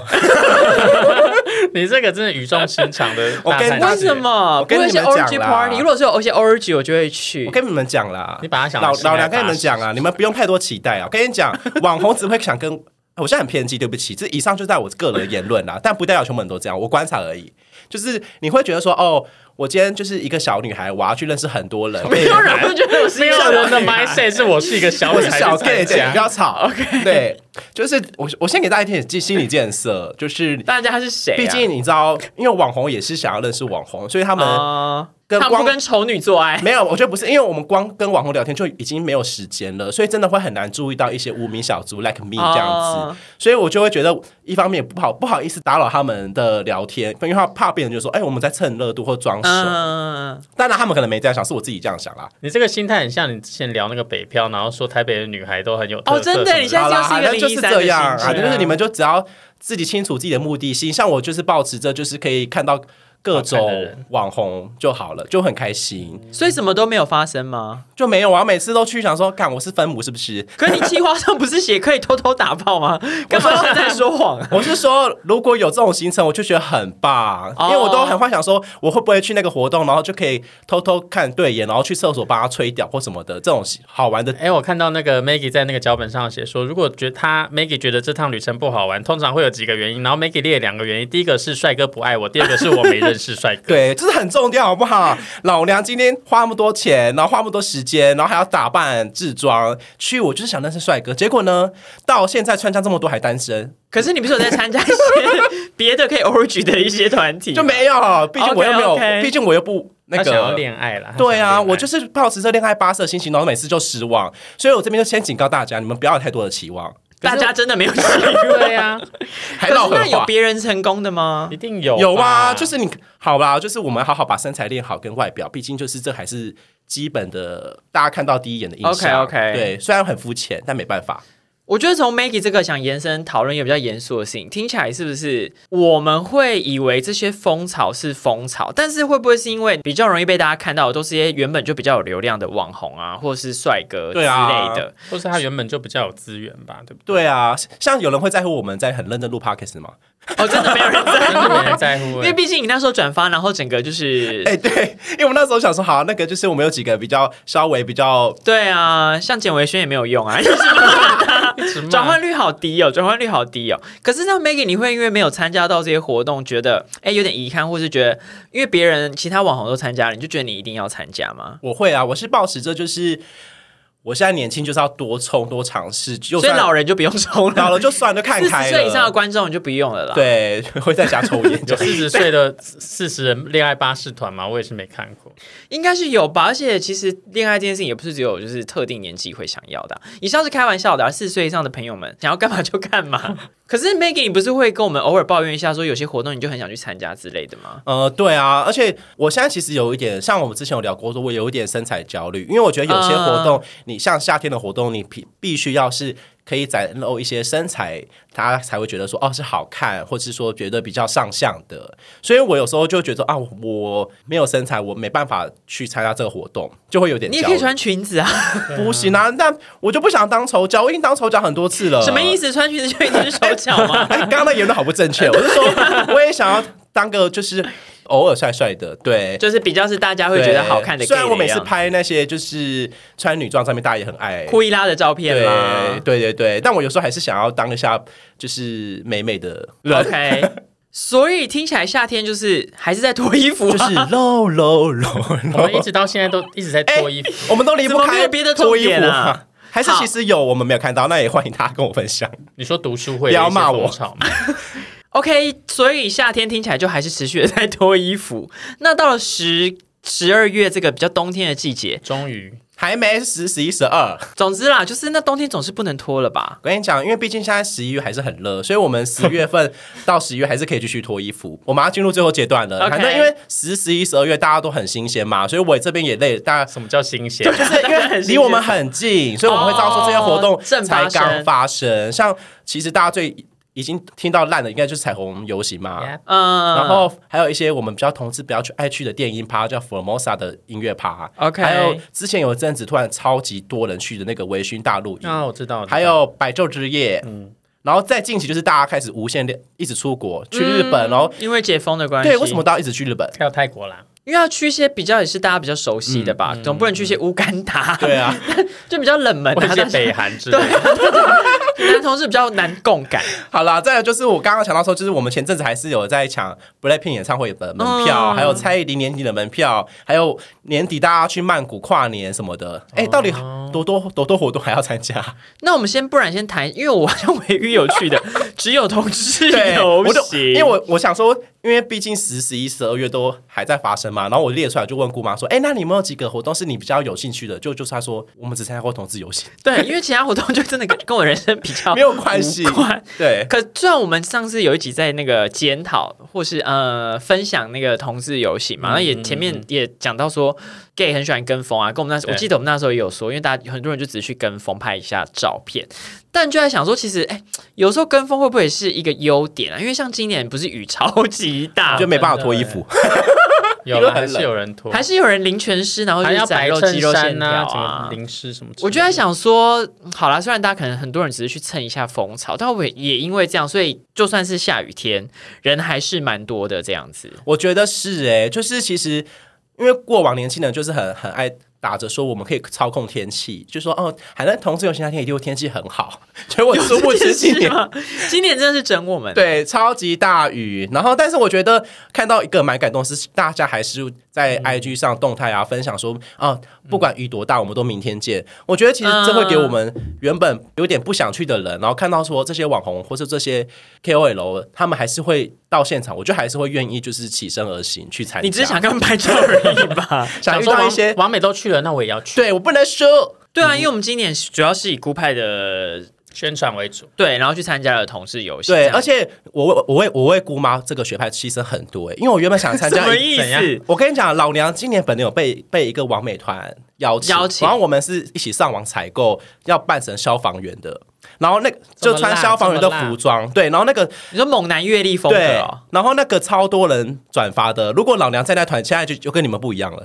Speaker 3: 你这个真的语重心长的
Speaker 2: 我
Speaker 3: 大
Speaker 2: 跟
Speaker 3: 三
Speaker 2: 大
Speaker 1: 为
Speaker 2: 家
Speaker 1: 什
Speaker 3: 角
Speaker 1: 么？
Speaker 2: 我跟
Speaker 1: 不
Speaker 2: 你们
Speaker 1: 会
Speaker 2: 讲
Speaker 1: 有一些 orgy
Speaker 2: 啦
Speaker 1: party，如果是有一些 orgy，我就会去
Speaker 2: 我。跟你们讲啦，
Speaker 3: 你把它想
Speaker 2: 老
Speaker 3: 成是
Speaker 2: 老
Speaker 3: 来
Speaker 2: 梁跟你
Speaker 3: 把
Speaker 2: 们讲啊，你们不用太多期待啊。我跟 你讲，网红只会想跟，我现在很偏激，对不起，这以上就在我个人的言论啦， 但不代表全部人都这样，我观察而已。就是你会觉得说，哦，我今天就是一个小女孩，我要去认识很多人，
Speaker 1: 没有人会觉得我是
Speaker 3: 没
Speaker 1: 一
Speaker 3: 有
Speaker 1: 个
Speaker 3: 人的
Speaker 1: 女孩
Speaker 3: mindset 是我是一个小
Speaker 2: 我
Speaker 3: 女
Speaker 2: 是
Speaker 3: 孩
Speaker 2: 小
Speaker 3: 去
Speaker 2: gay，
Speaker 3: 参
Speaker 2: 姐，
Speaker 3: 加
Speaker 2: 不要吵。OK，对，就是我我先给大家一点建心理建设，就是
Speaker 1: 大家是谁、啊？
Speaker 2: 毕竟你知道，因为网红也是想要认识网红，所以他
Speaker 1: 他
Speaker 2: 们、跟
Speaker 1: 哦他们不
Speaker 2: 光
Speaker 1: 跟丑女做爱。
Speaker 2: 没有，我觉得不是，因为我们光跟网红聊天就已经没有时间了，所以真的会很难注意到一些无名小卒 like me 这样子，
Speaker 1: 哦
Speaker 2: 所以我就会觉得一方面不好不好意思打扰他们的聊天，因为他怕别人就说，哎、我们在蹭热度或装熟。
Speaker 1: 嗯，
Speaker 2: 当然他们可能没这样想，是我自己这样想啦。
Speaker 3: 你这个心态很像你之前聊那个北漂，然后说台北的女孩都很有
Speaker 1: 哦
Speaker 3: 特色
Speaker 1: 真的
Speaker 3: 什么
Speaker 1: 你现在
Speaker 2: 好啦，
Speaker 1: 就是一个
Speaker 2: 反正就是
Speaker 1: 零一三
Speaker 2: 这样
Speaker 1: 的
Speaker 2: 啊，
Speaker 1: 性质
Speaker 2: 就是你们就只要自己清楚自己的目的性，像我就是保持着就是可以看到各
Speaker 3: 好看的
Speaker 2: 种
Speaker 3: 人
Speaker 2: 网红就好了，就很开心。
Speaker 1: 嗯所以什么都没有发生吗？
Speaker 2: 就没有啊，每次都去想说，干我是分母是不是？
Speaker 1: 可是你计划上不是写可以偷偷打炮 吗？干嘛现在说谎啊？
Speaker 2: 我是说，如果有这种行程，我就觉得很棒，
Speaker 1: 哦
Speaker 2: 因为我都很幻想说，我会不会去那个活动，然后就可以偷偷看对眼，然后去厕所帮他吹掉或什么的，这种好玩的。
Speaker 3: 哎、我看到那个 Maggie 在那个脚本上写说，如果觉得他 Maggie 觉得这趟旅程不好玩，通常会有几个原因，然后 Maggie 列两个原因，第一个是帅哥不爱我，第二个是我没人正式帅哥。
Speaker 2: 对，这是很重要，好不好？老娘今天花那么多钱，然后花那么多时间，然后还要打扮、制装，去我就是想认识帅哥。结果呢，到现在穿上这么多还单身，
Speaker 1: 可是你不是有在参加一些别的可以 org 的一些团体吗，
Speaker 2: 就没有。毕竟我又没有
Speaker 1: OK，OK
Speaker 2: 毕竟我又不 那
Speaker 3: 哎他想要
Speaker 2: 个。
Speaker 3: 恋爱啦。他
Speaker 2: 对
Speaker 3: 想
Speaker 2: 啊，
Speaker 3: 要恋爱
Speaker 2: 我就是抱持着恋爱巴士的心情，然后每次就失望，所以我这边就先警告大家，你们不要有太多的期望，
Speaker 1: 大家真的没有去。
Speaker 3: 对啊，
Speaker 2: 还老
Speaker 1: 可是那
Speaker 2: 狠
Speaker 1: 有
Speaker 2: 话。
Speaker 1: 别人成功的吗
Speaker 3: 一？定有
Speaker 2: 有
Speaker 3: 吧
Speaker 2: 吗？就是你好啦，就是我们好好把身材练好跟外表，毕竟就是这还是基本的，大家看到第一眼的印象。
Speaker 1: OK，OK
Speaker 2: 对，虽然很肤浅，但没办法。
Speaker 1: 我觉得从 Maggie 这个想延伸讨论一个比较严肃的事情，听起来是不是我们会以为这些风潮是风潮，但是会不会是因为比较容易被大家看到的都是一些原本就比较有流量的网红啊，或是帅哥之
Speaker 2: 对
Speaker 1: 类
Speaker 2: 啊
Speaker 1: 的？
Speaker 3: 或是他原本就比较有资源吧，对不对？
Speaker 2: 对啊，像有人会在乎我们在很认真录 podcast 吗？
Speaker 1: 哦，真的没有人在
Speaker 3: 真的没人
Speaker 1: 乎。
Speaker 3: 在乎
Speaker 1: 因
Speaker 3: 欸
Speaker 1: 为，毕竟你那时候转发，然后整个就是，
Speaker 2: 哎、对， 因为我们那时候想说，好，那个就是我们有几个比较稍微比较，
Speaker 1: 对啊，像简维轩也没有用啊， 就是
Speaker 3: 一直骂
Speaker 1: 转换率好低哦，转换率好低哦。可是那 Maggie，你会因为没有参加到这些活动，觉得哎有点遗憾，或是觉得因为别人其他网红都参加了，你就觉得你一定要参加吗？
Speaker 2: 我会啊，我是抱持着就是我现在年轻就是要多冲多尝试，就
Speaker 1: 所以
Speaker 2: 算
Speaker 1: 老人就不用抽了，
Speaker 2: 老了就算了就看
Speaker 1: 四
Speaker 2: 开
Speaker 1: 十岁以上的
Speaker 2: 了。
Speaker 1: 观众你就不用了啦。，
Speaker 2: 对，会在家抽烟 就
Speaker 3: 有四十岁的四十人恋爱巴士团嘛，我也是没看过。
Speaker 1: 应该是有吧。而且其实恋爱这件事情也不是只有就是特定年纪会想要的啊、以上是开玩笑的、啊，四十岁以上的朋友们想要干嘛就干 嘛。可是 Maggie，你不是会跟我们偶尔抱怨一下，说有些活动你就很想去参加之类的吗？
Speaker 2: 呃，对啊，而且我现在其实有一点，像我们之前有聊过，说我有一点身材焦虑，因为我觉得有些活动，你像夏天的活动，你必必须要是可以展露一些身材，大家才会觉得说哦是好看，或是说觉得比较上相的。所以我有时候就觉得啊，我没有身材，我没办法去参加这个活动，就会有点
Speaker 1: 你也
Speaker 2: 焦
Speaker 1: 可以
Speaker 2: 虑。
Speaker 1: 穿裙子啊，
Speaker 2: 不行啊，但 我就不想当丑角，我已经当丑角很多次了。
Speaker 1: 什么意
Speaker 2: 思？
Speaker 1: 思？穿裙子就一定是手脚吗？
Speaker 2: 哎，刚刚的言论好不正确。我是说，我也想要当个就是偶尔帅帅的，对。
Speaker 1: 就是比较是大家会觉得好看的 gay 的样子。
Speaker 2: 虽然我每次拍那些就是穿女装上面，大家也很爱。
Speaker 1: 库伊拉的照片
Speaker 2: 对
Speaker 1: 吗
Speaker 2: 对对对，但我有时候还是想要当一下就是美美的人，
Speaker 1: ？OK，所以听起来夏天就是还是在脱衣服、啊，
Speaker 2: 就是露露露
Speaker 3: 我们一
Speaker 2: 露。
Speaker 3: 直到现在都一直在脱衣服，
Speaker 2: 我们都离不
Speaker 1: 怎么没
Speaker 2: 开
Speaker 1: 有别的重
Speaker 2: 脱衣
Speaker 1: 点
Speaker 2: 服
Speaker 1: 啊
Speaker 2: 啊，还是其实有我们没有看到，那也欢迎大家跟我分享。
Speaker 3: 你说读书会
Speaker 2: 不要骂我
Speaker 3: 吵
Speaker 1: OK，所以夏天听起来就还是持续的在脱衣服。 那到了十十二月这个比较冬天的季节，
Speaker 3: 终于，
Speaker 2: 还没十、十一、十二，
Speaker 1: 总之啦，就是那冬天总是不能脱了 吧？
Speaker 2: 我跟你讲，因为毕竟现在十一月还是很热，所以我们十月份 到十一月还是可以继续脱衣服。我们要进入最后阶段了，
Speaker 1: OK
Speaker 2: 反正因为十、十一、十二月大家都很新鲜嘛，所以我这边也累，大家
Speaker 3: 什么叫新鲜？
Speaker 2: 就是 因为离我们很近，所以我们会知道说这些活动才刚发生。像其实大家最已经听到烂的，应该就是彩虹游行嘛。
Speaker 3: Yeah
Speaker 1: 嗯，
Speaker 2: 然后还有一些我们比较同志比较去爱去的电音趴，叫 Formosa 的音乐趴。
Speaker 1: OK
Speaker 2: 还有之前有一阵子突然超级多人去的那个微醺大露营，
Speaker 3: 啊，我知道，我知道
Speaker 2: 还有白昼之夜。然后再近期就是大家开始无限量一直出国去日本，然后
Speaker 1: 因为解封的关系，
Speaker 2: 对为什么？大家一直去日本？
Speaker 3: 还有泰国啦，
Speaker 1: 因为要去一些比较也是大家比较熟悉的吧，总不能去一些乌干达，
Speaker 2: 嗯对， 啊，
Speaker 1: 就比较冷门、
Speaker 3: 或者
Speaker 1: 啊，
Speaker 3: 是 北韩之类的。
Speaker 1: 男同志比较难共感。
Speaker 2: 好啦，再来就是我刚刚讲到说，就是我们前阵子还是有在抢 Blackpink 演唱会的门票，
Speaker 1: 嗯
Speaker 2: 还有蔡依林年底的门票，还有年底大家去曼谷跨年什么的。哎、到底多多多多活动还要参加？
Speaker 1: 那我们先不然先谈，因为我好像唯一有趣 的只有同志
Speaker 2: 对，
Speaker 1: 游
Speaker 2: 我就
Speaker 1: 行，
Speaker 2: 因为我我想说，因为毕竟十、十一、十二月都还在发生嘛，然后我列出来就问姑妈说，哎、那你有没有几个活动是你比较有兴趣的？就就是她说，我们只参加过同志游行，
Speaker 1: 对，因为其他活动就真的跟跟我人生比较
Speaker 2: 没有关系
Speaker 1: 无关。
Speaker 2: 对。
Speaker 1: 可虽然我们上次有一集在那个检讨或是呃分享那个同志游行嘛，
Speaker 3: 嗯
Speaker 1: 那、也前面也讲到说 gay 很喜欢跟风啊，跟我们那时候我
Speaker 3: 对
Speaker 1: 记得我们那时候也有说，因为大家很多人就只是去跟风拍一下照片，但就在想说，其实哎、有时候跟风会不会也是一个优点啊？因为像今年不是雨超级大，
Speaker 2: 就没办法脱衣服，
Speaker 3: 有
Speaker 2: 因为很
Speaker 3: 了，还
Speaker 2: 冷
Speaker 3: 是有人脱，
Speaker 1: 还是有人淋全湿，然后就
Speaker 3: 还
Speaker 1: 是
Speaker 3: 要
Speaker 1: 展
Speaker 3: 白
Speaker 1: 露肌
Speaker 3: 衬
Speaker 1: 肉线
Speaker 3: 衫
Speaker 1: 条
Speaker 3: 啊，什么
Speaker 1: 啊。
Speaker 3: 淋湿什么之类的。
Speaker 1: 我就在想说，嗯好啦，虽然大家可能很多人只是去蹭一下风潮，但我也也因为这样，所以就算是下雨天，人还是蛮多的这样子。
Speaker 2: 欸我觉得是哎、就是其实因为过往年轻人就是很很爱打着说我们可以操控天气，就说哦，海南同志游行那天一定会天气很好， 结果殊不知今年
Speaker 1: 吗？ 今年真的是整我们。
Speaker 2: 对，超级大雨。然后，但是我觉得看到一个蛮感动的是，大家还是
Speaker 1: 嗯
Speaker 2: 在 IG 上动态啊，分享说啊，不管雨多大，我们都明天见。我觉得其实
Speaker 1: 嗯
Speaker 2: 这会给我们原本有点不想去的人，然后看到说这些网红或是这些 KOL，他们还是会到现场，我觉得还是会愿意就是起身而行去参加。
Speaker 1: 你只是想跟他们拍照而已吧？
Speaker 2: 想遇
Speaker 3: 说
Speaker 2: 到
Speaker 3: 王
Speaker 2: 一些，
Speaker 3: 王美都去了，那我也要去，
Speaker 2: 对我不能输。
Speaker 1: 对啊，因为我们今年主要是以孤派的
Speaker 3: 宣传为主。
Speaker 1: 对，然后去参加了同事游戏。
Speaker 2: 对，
Speaker 1: 这样
Speaker 2: 而且我为我为我为姑妈这个学派牺牲很多哎、因为我原本想参加
Speaker 1: 什么
Speaker 2: 一
Speaker 1: 意
Speaker 3: 怎样
Speaker 1: 思？
Speaker 2: 我跟你讲，老娘今年本来有被被一个王美团邀请，
Speaker 1: 邀请
Speaker 2: 然后我们是一起上网采购，要扮成消防员的，然后那个就穿消防员的服装，对，然后那个
Speaker 1: 你说猛男阅历风格
Speaker 2: 对
Speaker 1: 哦，，
Speaker 2: 然后那个超多人转发的，如果老娘在那团，现在就就跟你们不一样了。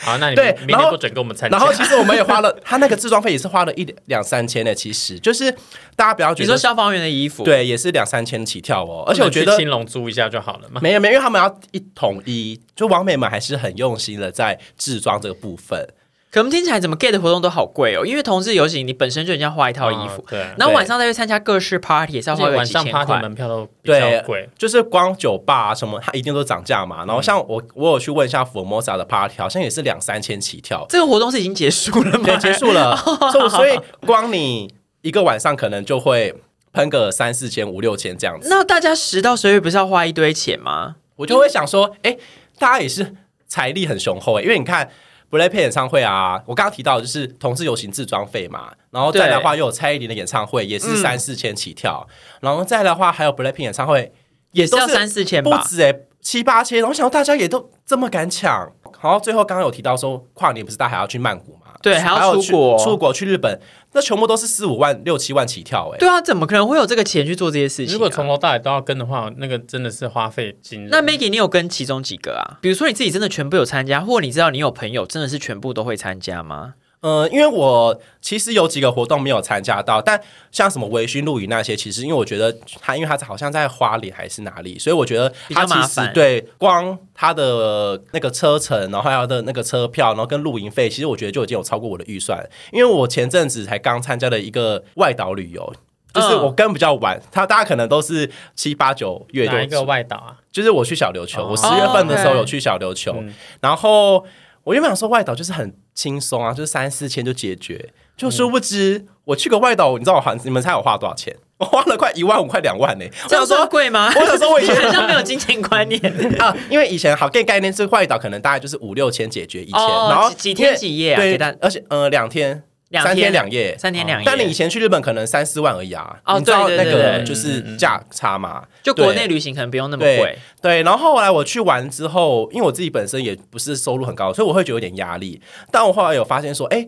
Speaker 3: 好，那你
Speaker 2: 对
Speaker 3: 明明
Speaker 2: 然
Speaker 3: 天
Speaker 2: 后
Speaker 3: 不准跟我们参加。
Speaker 2: 然后其 实我们也花了，他那个制装费也是花了一两三千的，其实就是大家不要觉
Speaker 1: 你说
Speaker 2: 得
Speaker 1: 消防员的衣服，，
Speaker 2: 对，也是两三千起跳哦，而且我觉
Speaker 3: 不能
Speaker 2: 得
Speaker 3: 去青龙租一下就好了嘛。
Speaker 2: 没有没有，因为他们要一统一，就王美们还是很用心的在制装这个部分。
Speaker 1: 可我们听起来怎么 gay 的活动都好贵哦，因为同志游行你本身就人家花一套衣服
Speaker 3: 哦，对，
Speaker 1: 然后晚上再去参加各式 party 也是要
Speaker 3: 而
Speaker 1: 花
Speaker 3: 且
Speaker 1: 个
Speaker 3: 晚
Speaker 1: 几
Speaker 3: 上
Speaker 1: 千
Speaker 3: party
Speaker 1: 块。
Speaker 3: 门票都比
Speaker 2: 对
Speaker 3: 较贵，
Speaker 2: 就是光酒吧、啊、什么，它一定都涨价嘛。然后像我，我有去问一下福尔摩沙的 party，好像也是两三千起跳，
Speaker 1: 这个活动是已经结束了吗？
Speaker 2: 对，结束了。所以所以光你一个晚上可能就会喷个三四千、五六千这样子，
Speaker 1: 那大家十到十二月不是要花一堆钱吗？
Speaker 2: 我就会想说，哎、大家也是财力很雄厚哎、因为你看。Blackpink 演唱会啊，我刚刚提到就是同志游行自装费嘛，然后再来的话又有蔡依林的演唱会，也是三四千起跳，然后再来的话还有 Blackpink 演唱会，
Speaker 1: 也是
Speaker 2: 都
Speaker 1: 要
Speaker 2: 是
Speaker 1: 三四千
Speaker 2: 不
Speaker 1: 吧？
Speaker 2: 止哎、七八千。我想说大家也都这么敢抢。然后最后刚刚有提到说，跨年不是大家还要去曼谷嘛？
Speaker 1: 对还要出
Speaker 2: 有去
Speaker 1: 国
Speaker 2: 出国去日本，那全部都是四五万、六七万起跳哎、
Speaker 1: 对啊，怎么可能会有这个钱去做这些事情啊、
Speaker 3: 如果从头到尾都要跟的话，那个真的是花费惊人。
Speaker 1: 那 Maggie，你有跟其中几个啊？比如说你自己真的全部有参加，或你知道你有朋友真的是全部都会参加吗？
Speaker 2: 嗯、因为我其实有几个活动没有参加到，但像什么微醺露营那些，其实因为我觉得他，因为他好像在花莲还是哪里，所以我觉得
Speaker 1: 比较
Speaker 2: 他
Speaker 1: 麻
Speaker 2: 其
Speaker 1: 烦
Speaker 2: 实对光他的那个车程，然后还有他的那个车票，然后跟露营费，其实我觉得就已经有超过我的预算。因为我前阵子才刚参加了一个外岛旅游，就是
Speaker 1: 嗯
Speaker 2: 我跟比较晚，他大家可能都是七八九月
Speaker 3: 哪一
Speaker 2: 就
Speaker 3: 个外岛啊？
Speaker 2: 就是我去小琉球，
Speaker 3: 哦
Speaker 2: 我十月份的时候有去小琉球，
Speaker 1: 嗯
Speaker 2: 然后我原本想说外岛就是很轻松啊，就是三四千就解决，就殊不知、我去个外岛，你知道我花你们猜我花多少钱？ 我花了快一万五，快两万呢、我
Speaker 1: 这样
Speaker 2: 想
Speaker 1: 算
Speaker 2: 说。
Speaker 1: 贵吗？
Speaker 2: 我想说我以
Speaker 1: 你
Speaker 2: 前
Speaker 1: 好像没有金钱观念
Speaker 2: 啊，因为 以前好 gay 概念是外岛，可能大概就是五六千解决一千，
Speaker 1: 哦
Speaker 2: 然后
Speaker 1: 几几天
Speaker 2: 因为
Speaker 1: 几夜啊
Speaker 2: 对
Speaker 1: 给大，
Speaker 2: 而且呃两天，
Speaker 1: 两
Speaker 2: 三
Speaker 1: 天
Speaker 2: 天两夜，
Speaker 1: 三天两夜。
Speaker 2: 但你以前去日本可能三四万而已啊，
Speaker 1: 哦
Speaker 2: 你知道
Speaker 1: 对
Speaker 2: 那
Speaker 1: 对对
Speaker 2: 个
Speaker 1: 对嗯
Speaker 2: 就是价差嘛，
Speaker 1: 就国内
Speaker 2: 对
Speaker 1: 旅行可能不用那么贵，
Speaker 2: 对，然后后来我去完之后，因为我自己本身也不是收入很高，所以我会觉得有点压力。但我后来有发现说，哎，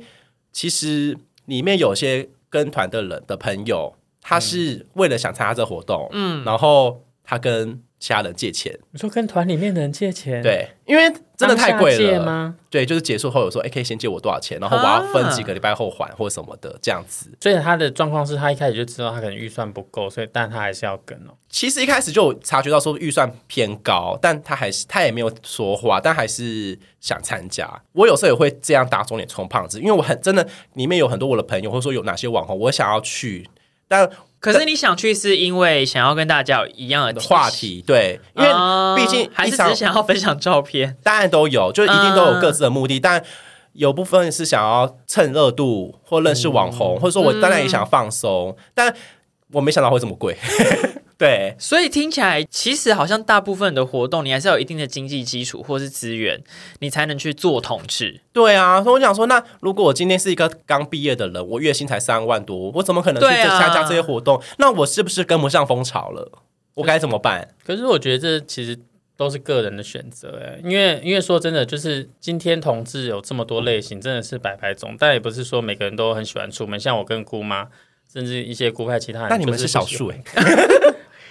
Speaker 2: 其实里面有些跟团的人的朋友，他是为了想参加这活动，嗯，然后他跟其他人借钱，
Speaker 3: 你说跟团里面的人借钱，，
Speaker 2: 对，因为真的太贵
Speaker 3: 嗯借
Speaker 2: 了，
Speaker 3: 吗？啊
Speaker 2: 对，就是结束后有说，哎，可以先借我多少钱，然后我要分几个礼拜后还或什么的这样子。
Speaker 3: 所以他的状况是他一开始就知道他可能预算不够，所以但他还是要跟哦。
Speaker 2: 其实一开始就有察觉到说预算偏高，但他还是他也没有说话，但还是想参加。我有时候也会这样打肿脸充胖子，因为我很真的里面有很多我的朋友，或者说有哪些网红，我想要去，但
Speaker 1: 可是你想去是因为想要跟大家有一样的
Speaker 2: 话，题对，因为
Speaker 1: 啊
Speaker 2: 毕竟
Speaker 1: 还是
Speaker 2: 一
Speaker 1: 只
Speaker 2: 场
Speaker 1: 是想要分享照片。
Speaker 2: 当然都有，就一定都有各自的目的，但。有部分是想要蹭热度或认识网红，或者说我当然也想放松，但我没想到会这么贵。 对，
Speaker 1: 所以听起来，其实好像大部分的活动，你还是要有一定的经济基础或是资源，你才能去做统治。
Speaker 2: 对啊，所以我想说，那如果我今天是一个刚毕业的人，我月薪才三万多，我怎么可能去
Speaker 1: 对啊
Speaker 2: 参加这些活动？那我是不是跟不上风潮了？我该怎么办？
Speaker 3: 可是我觉得这其实都是个人的选择，哎，因为因为说真的，就是今天同志有这么多类型，真的是百百种，但也不是说每个人都很喜欢出门。像我跟姑妈，甚至一些姑派其他人，
Speaker 2: 但你们
Speaker 3: 就是是不
Speaker 2: 少
Speaker 3: 喜
Speaker 2: 数哎、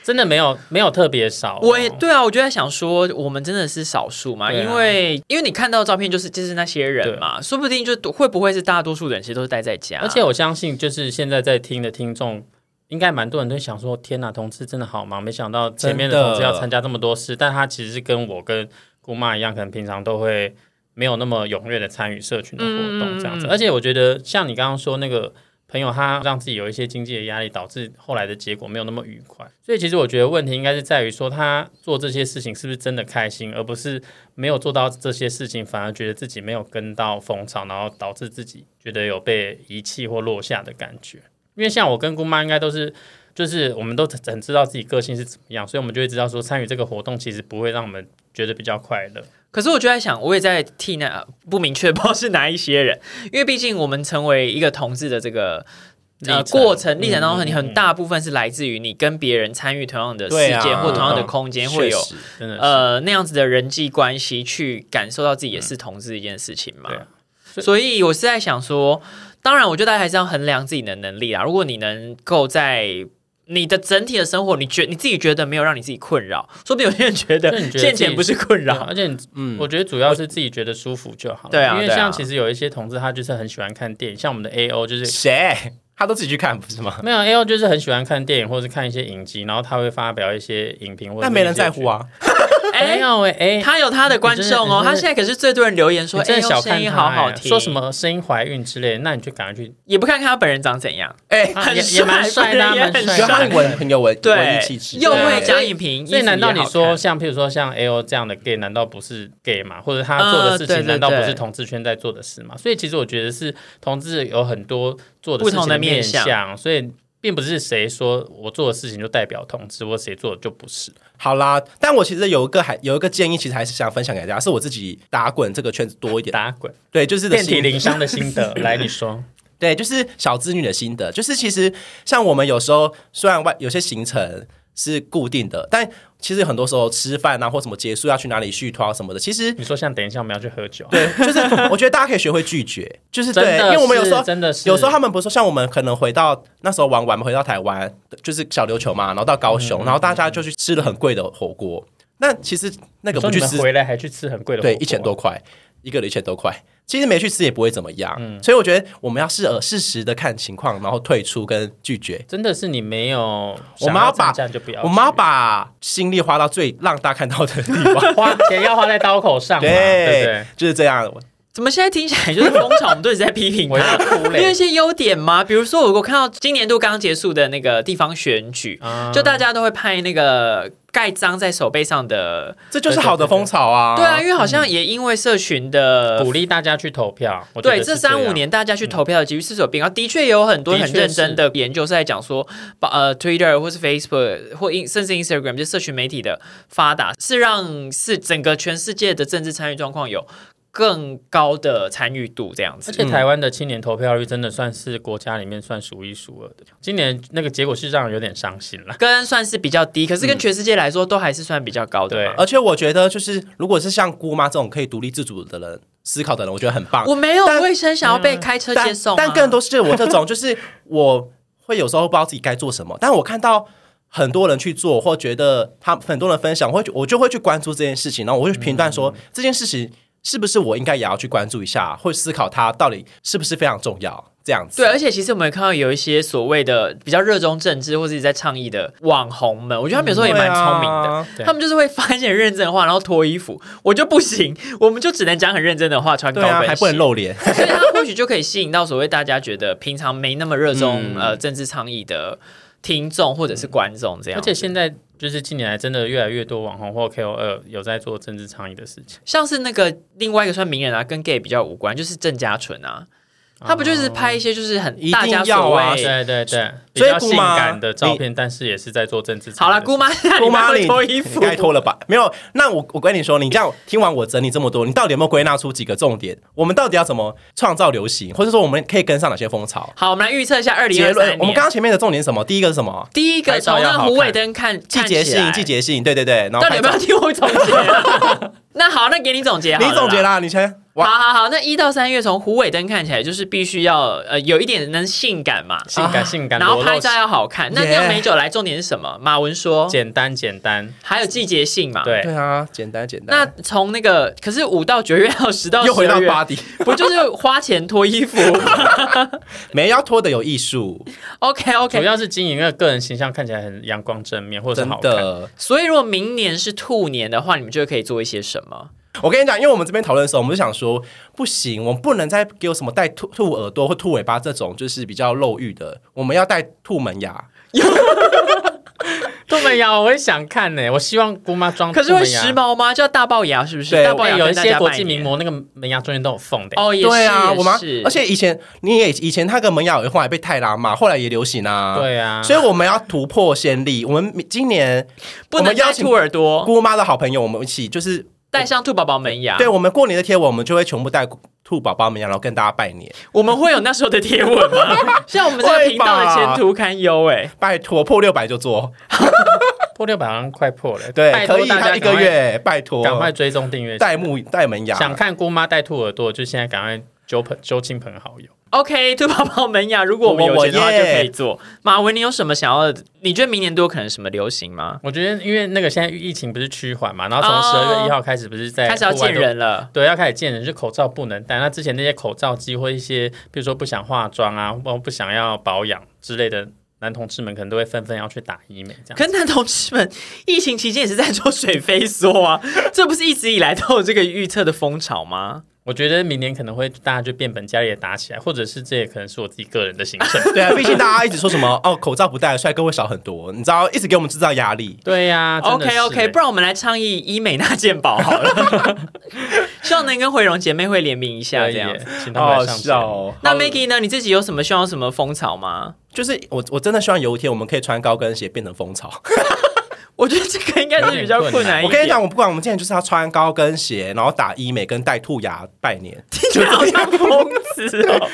Speaker 3: 真的没有没有特别少哦、
Speaker 1: 我也对啊，我就在想说，我们真的是少数嘛？
Speaker 3: 对啊
Speaker 1: 因为因为你看到的照片就是就是那些人嘛，说不定就会不会是大多数人其实都是待在家，
Speaker 3: 而且我相信，就是现在在听的听众，应该蛮多人都想说：“天哪，同志真的好忙！”没想到前面的
Speaker 2: 真的
Speaker 3: 同志要参加这么多事，但他其实是跟我跟姑妈一样，可能平常都会。没有那么踊跃的参与社群的活动这样子。而且我觉得像你刚刚说那个朋友，他让自己有一些经济的压力，导致后来的结果没有那么愉快。所以其实我觉得问题应该是在于说他做这些事情是不是真的开心，而不是没有做到这些事情，反而觉得自己没有跟到风潮，然后导致自己觉得有被遗弃或落下的感觉。因为像我跟姑妈应该都是，就是我们都很知道自己个性是怎么样，所以我们就会知道说参与这个活动其实不会让我们觉得比较快乐。
Speaker 1: 可是我就在想，我也在替那呃不明确不知道是哪一些人， 因为毕竟我们成为一个同志的这个。呃，
Speaker 3: 历程
Speaker 1: 过程历程当中，
Speaker 3: 嗯
Speaker 1: 你很大部分是来自于你跟别人参与同样的事
Speaker 2: 对啊
Speaker 1: 件或同样的
Speaker 3: 嗯
Speaker 1: 空间，
Speaker 2: 确
Speaker 1: 会有
Speaker 2: 实
Speaker 3: 真的是，
Speaker 1: 呃那样子的人际关系，去感受到自己也是同志一件事情嘛。
Speaker 3: 对啊
Speaker 1: 所以我是在想说，当然，我觉得大家还是要衡量自己的能力啦。如果你能够在你的整体的生活，你觉你自己觉得没有让你自己困扰，说不定有些人觉得
Speaker 3: 就你觉得
Speaker 1: 现
Speaker 3: 自己
Speaker 1: 钱不是困
Speaker 3: 对啊
Speaker 1: 扰，
Speaker 3: 而且你
Speaker 2: 嗯
Speaker 3: 我觉得主要是自己觉得舒服就好了。
Speaker 1: 对啊
Speaker 3: 因为
Speaker 1: 对啊
Speaker 3: 像其实有一些同志，他就是很喜欢看电影，像我们的 A O 就是
Speaker 2: 谁？他都自己去看不是吗？
Speaker 3: 没有 A O 就是很喜欢看电影或者是看一些影集，然后他会发表一些影评或者
Speaker 2: 但没人在乎
Speaker 3: 啊。
Speaker 2: 啊。
Speaker 1: 哎
Speaker 3: 没有哎哎，
Speaker 1: 他有他的观众哦，
Speaker 3: 你真的
Speaker 1: 他现在可是最多人留言说，
Speaker 3: 你真
Speaker 1: 哎
Speaker 3: 的小
Speaker 1: 呦，声
Speaker 3: 看
Speaker 1: 音
Speaker 3: 他
Speaker 1: 好好
Speaker 3: 哎
Speaker 1: 听，
Speaker 3: 说什么声音怀孕之类的，那你就赶快去
Speaker 1: 也不看看他本人长怎样，
Speaker 2: 哎，
Speaker 3: 啊
Speaker 1: 很
Speaker 3: 也也蛮帅的啊，
Speaker 1: 本人也
Speaker 3: 蛮
Speaker 1: 很
Speaker 3: 帅
Speaker 2: 觉
Speaker 3: 的
Speaker 2: 得
Speaker 3: 啊。
Speaker 2: 他文很有文文艺气
Speaker 1: 对
Speaker 2: 质，，
Speaker 1: 又
Speaker 3: 对啊
Speaker 1: 会讲影评，
Speaker 3: 所
Speaker 1: 衣
Speaker 3: 以
Speaker 1: 服也
Speaker 3: 难道你
Speaker 1: 好
Speaker 3: 说
Speaker 1: 看
Speaker 3: 像譬如说像 A O 这样的 gay，难道不是 gay 吗？或者他做的事
Speaker 1: 呃对对
Speaker 3: 情难道不
Speaker 1: 对
Speaker 3: 是同志圈在做的事吗？所以其实我觉得是同志有很多做的事
Speaker 1: 不同
Speaker 3: 情
Speaker 1: 的面
Speaker 3: 面
Speaker 1: 向
Speaker 3: 向，所以并不是谁说我做的事情就代表同志，或谁做的就不是。
Speaker 2: 好啦，但我其实有一个还有一个建议，其实还是想分享给大家，是我自己打滚这个圈子多一点。
Speaker 3: 打滚，
Speaker 2: 对，就是的
Speaker 3: 遍体
Speaker 2: 心
Speaker 3: 鳞伤的心得，来你说，
Speaker 2: 对，就是小资女的心得，就是其实像我们有时候虽然外有些行程是固定的，但其实很多时候吃饭啊或什么结束要去哪里续团什么的，其 实
Speaker 3: 你说像等一下我们要去喝酒啊，
Speaker 2: 对，就是我觉得大家可以学会拒绝，就是
Speaker 3: 真
Speaker 2: 对，
Speaker 3: 的
Speaker 2: 因为我们有
Speaker 3: 是
Speaker 2: 时候
Speaker 3: 真的是
Speaker 2: 有时候他们不是说像我们可能回到那时候玩完回到台湾，就是小琉球嘛，然后到高
Speaker 3: 嗯
Speaker 2: 雄，然后大家就去吃了很贵的火锅，那其实那个
Speaker 3: 说
Speaker 2: 不
Speaker 3: 你
Speaker 2: 去
Speaker 3: 们
Speaker 2: 吃
Speaker 3: 回来还去吃很贵的火啊
Speaker 2: 对
Speaker 3: 锅，
Speaker 2: 一千多块，一个人一千多块。其实没去吃也不会怎么样，所以我觉得我们要适呃适时的看情况，然后退出跟拒绝。
Speaker 3: 真的是你没有
Speaker 2: 我
Speaker 3: 想
Speaker 2: 们
Speaker 3: 要
Speaker 2: 要把
Speaker 3: 这样就不要去，
Speaker 2: 我们要把心力花到最让大家看到的地方。
Speaker 3: 花钱要花在刀口上嘛，对不对？
Speaker 2: 就是这样。
Speaker 1: 怎么现在听起来就是风潮，我们都一直在批评
Speaker 3: 我要
Speaker 1: 他。
Speaker 3: 哭
Speaker 1: 因为
Speaker 3: 嘞
Speaker 1: 一。些优点嘛，比如说我我看到今年度刚结束的那个地方选举，
Speaker 3: 啊
Speaker 1: 就大家都会拍那个盖章在手背上的，
Speaker 2: 这就是好的风潮啊！
Speaker 1: 对啊，因为好像也因为社群的
Speaker 3: 嗯鼓励大家去投票。我觉得
Speaker 1: 对，这
Speaker 3: 是样
Speaker 1: 三五，年大家去投票的几率是有变高，的确也有很多
Speaker 3: 的
Speaker 1: 很
Speaker 3: 确
Speaker 1: 认
Speaker 3: 是
Speaker 1: 真的研究是在讲说，把呃 Twitter 或是 Facebook 或 in, 甚至 Instagram 就社群媒体的发达，是让是整个全世界的政治参与状况有更高的参与度这样
Speaker 3: 而
Speaker 1: 子。
Speaker 3: 且台湾的青年投票率真的算是国家里面算数一数二的。今年那个结果是让人有点伤心了。
Speaker 1: 跟算是比较低，可是
Speaker 2: 嗯
Speaker 1: 跟全世界来说都还是算比较高的嘛。
Speaker 3: 对
Speaker 2: 而且我觉得，就是如果是像姑妈这种可以独立自主的人思考的人，我觉得很棒。
Speaker 1: 我没有，
Speaker 2: 但嗯
Speaker 1: 我也很想要被开车接
Speaker 2: 但
Speaker 1: 送啊、
Speaker 2: 但更多是我这种，就是我会有时候不知道自己该做什么，但我看到。很多人去做，或觉得他很多人分享，我会我就会去关注这件事情，然后我会去评断
Speaker 1: 嗯
Speaker 2: 说、这件事情是不是我应该也要去关注一下，会思考它到底是不是非常重要，这样子。
Speaker 1: 对，而且其实我们也看到有一些所谓的比较热衷政治或是在倡议的网红们，我觉得他们有时候也蛮聪明的。
Speaker 2: 对啊
Speaker 3: 对
Speaker 1: 他们就是会发一些很认真的话，然后脱衣服， 我就不行，我们就只能讲很认真的话，穿高
Speaker 2: 对
Speaker 1: 跟鞋，
Speaker 2: 啊，还不能露脸。
Speaker 1: 所以他或许就可以吸引到所谓大家觉得平常没那么热衷、
Speaker 2: 嗯
Speaker 1: 呃政治倡议的听众或者是观众这样
Speaker 3: 而
Speaker 1: 子。
Speaker 3: 且现在就是近年来真的越来越多网红或 KOL 有在做政治倡议的事情。
Speaker 1: 像是那个另外一个算名人啊，跟 gay 比较无关，就是郑嘉纯啊，他不就是拍一些就是很
Speaker 2: 哦一定
Speaker 1: 大家
Speaker 2: 要
Speaker 1: 哎所
Speaker 2: 啊
Speaker 1: 谓。
Speaker 3: 对对对，比
Speaker 2: 所以
Speaker 3: 较性
Speaker 2: 姑妈
Speaker 3: 感的照片，但是也是在做政治倡
Speaker 1: 好
Speaker 3: 议
Speaker 1: 了，
Speaker 3: 的事情。
Speaker 1: 姑妈，那
Speaker 2: 姑
Speaker 1: 你
Speaker 2: 妈
Speaker 1: 妈
Speaker 2: 你
Speaker 1: 会脱衣服
Speaker 2: 你，该脱了吧？没有，那我我跟你说，你这样听完我整理这么多，你到底有没有归纳出几个重点？我们到底要怎么创造流行，或者说我们可以跟上哪些风潮？
Speaker 1: 好，我们来预测一下二零
Speaker 2: 结
Speaker 1: 二
Speaker 2: 论
Speaker 1: 三，
Speaker 2: 我们
Speaker 1: 年
Speaker 2: 刚。刚前面的重点是什么？第一个是什么？
Speaker 1: 第一个
Speaker 2: 拍照
Speaker 1: 从
Speaker 2: 要
Speaker 1: 那
Speaker 2: 好
Speaker 1: 胡
Speaker 2: 看
Speaker 1: 伟登看
Speaker 2: 季节性，季
Speaker 1: 节。
Speaker 2: 节性，对对对。然后
Speaker 1: 到底有没有
Speaker 2: 拍照
Speaker 1: 听我总结啊？ 那好，那给你总结好了啦
Speaker 2: 你总结。啦，你先。
Speaker 1: 好
Speaker 2: 哇，
Speaker 1: 好好，那一到三月从虎尾灯看起来就是必须要呃有一点能性感嘛，
Speaker 3: 性感性感，
Speaker 1: 啊然后
Speaker 3: 裸
Speaker 1: 拍
Speaker 3: 露
Speaker 1: 照要好看。那
Speaker 2: Yeah
Speaker 1: 酿美酒来重点是什么？马文说
Speaker 3: 简单简单，
Speaker 1: 还有季节性嘛。。
Speaker 3: 对
Speaker 2: 对啊，简单简
Speaker 1: 那
Speaker 2: 单。
Speaker 1: 从那个可是五到九月还有十到
Speaker 2: 又回到
Speaker 1: 12月
Speaker 2: 巴，迪，
Speaker 1: 不就是花钱脱衣 服
Speaker 2: 没要脱的有艺术，
Speaker 1: ？OK
Speaker 3: 主
Speaker 1: OK。
Speaker 3: 要是经营那个个人形象看起来很阳光正面或者
Speaker 2: 真
Speaker 3: 是好看。
Speaker 2: 的。
Speaker 1: 所以如果明年是兔年的话，你们就可以做一些什么？
Speaker 2: 我跟你讲，因为我们这边讨论的时候，我们就想说，不行，我们不能再给我什么带兔兔耳朵或兔尾巴这种，就是比较露欲的，我们要带兔门牙。
Speaker 3: 杜门啊牙，我会想看呢、我希望姑妈
Speaker 2: 哦
Speaker 3: 装
Speaker 1: 可
Speaker 3: 杜
Speaker 1: 是
Speaker 3: 门
Speaker 1: 会
Speaker 3: 牙。
Speaker 1: 时髦吗？叫大龅牙是不是？
Speaker 2: 对
Speaker 1: 大龅
Speaker 3: 哎
Speaker 1: 牙
Speaker 3: 有一
Speaker 1: 跟大
Speaker 3: 些
Speaker 1: 家
Speaker 3: 国
Speaker 1: 拜
Speaker 3: 际名
Speaker 1: 年
Speaker 3: 模那个门牙中间都有缝的、
Speaker 1: 哦，也是
Speaker 2: 对啊，
Speaker 1: 也
Speaker 2: 我妈
Speaker 1: 是，
Speaker 2: 而且以前你也以前那个门牙有一后来被泰拉骂，后来也流行啊。。
Speaker 3: 对啊，
Speaker 2: 所以我们要突破先例。我们今年
Speaker 1: 不
Speaker 2: 我
Speaker 1: 能
Speaker 2: 们
Speaker 1: 戴
Speaker 2: 邀请
Speaker 1: 兔耳朵，
Speaker 2: 姑妈的好朋友，我们一起就是，
Speaker 1: 戴上兔宝宝门牙。
Speaker 2: 对，我们过年的贴文，我们就会全部带兔宝宝们牙，然后跟大家拜年。
Speaker 1: 我们会有那时候的贴文 吗？像我们这个频道的前途堪忧哎。
Speaker 2: 拜托，破六百就做，
Speaker 3: 破六百好像快破了、
Speaker 2: 对，
Speaker 3: 拜
Speaker 2: 可
Speaker 3: 托
Speaker 2: 以，
Speaker 3: 大
Speaker 2: 他
Speaker 3: 家
Speaker 2: 一个
Speaker 3: 赶快
Speaker 2: 月，拜托，
Speaker 3: 赶快追踪订阅。
Speaker 2: 戴木戴门牙，
Speaker 3: 想看姑妈戴兔耳朵，就现在赶快揪朋揪亲朋好友。
Speaker 1: OK，兔宝宝门牙，如果我们有钱的话就可以做。马文，你有什么想要的？你觉得明年都有可能什么流行吗？
Speaker 3: 我觉得，因为那个现在疫情不是趋缓嘛，然后从
Speaker 1: 哦
Speaker 3: 十二月一号开始，不是在
Speaker 1: 开始要
Speaker 3: 户外
Speaker 1: 见
Speaker 3: 都
Speaker 1: 人了，
Speaker 3: 对，要开始见人，就口罩不能戴。那之前那些口罩机或一些，比如说不想化妆啊，或不想要保养之类的，男同志们可能都会纷纷要去打医美这样。
Speaker 1: 可是男同志们疫情期间也是在做水飞梭啊，这不是一直以来都有这个预测的风潮吗？
Speaker 3: 我觉得明年可能会大家就变本加厉的打起来，或者是这也可能是我自己个人的行程。
Speaker 2: 对啊，毕竟大家一直说什么哦，口罩不戴，帅哥会少很多，你知道，一直给我们制造压力。
Speaker 3: 对呀、 啊真的
Speaker 1: OK
Speaker 3: 是欸
Speaker 1: OK，不然我们来倡议医美那健保好了，希望能跟慧荣姐妹会联名一下
Speaker 3: 可以
Speaker 1: 这样
Speaker 3: 耶
Speaker 1: 子。，
Speaker 3: 请他们来上节目。
Speaker 2: 哦
Speaker 1: 那 Maggie 呢？你自己有什么希望什么风潮吗？
Speaker 2: 就是我，我真的希望有一天我们可以穿高跟鞋变成风潮。
Speaker 3: 哎
Speaker 1: 我觉得这个应该是比较困难一点。
Speaker 2: 我跟你讲，我不管，我们今天就是要穿高跟鞋，然后打医美跟戴兔牙拜年。
Speaker 1: 听起来好像疯子哦。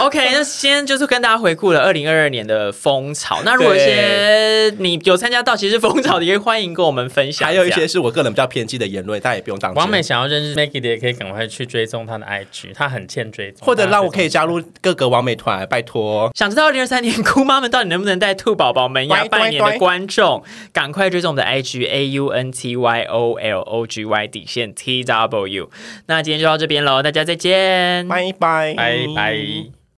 Speaker 1: OK，那今天就是跟大家回顾了二零二二年的风潮。那如果有一些你有参加到其实风潮的，也欢迎跟我们分享。
Speaker 2: 还有一
Speaker 1: 这
Speaker 2: 些
Speaker 1: 样
Speaker 2: 是我个人比较偏激的言论，大家也不用当真。
Speaker 3: 王美想要认识 Maggie 的，也可以赶快去追踪她的 IG，她很欠追踪，
Speaker 2: 或者让我
Speaker 3: 大
Speaker 2: 可
Speaker 3: 家追
Speaker 2: 以
Speaker 3: 踪
Speaker 2: 加入各个王美团，拜托。
Speaker 1: 想知道二零二三年姑妈们到底能不能带兔宝宝们牙
Speaker 2: 乖乖
Speaker 1: 拜年的
Speaker 2: 乖
Speaker 1: 观众，赶快追踪我们的 IG A U N T Y O L O G Y 底线 T W。那今天就到这边喽，大家再见，
Speaker 2: 拜拜，
Speaker 3: 拜拜。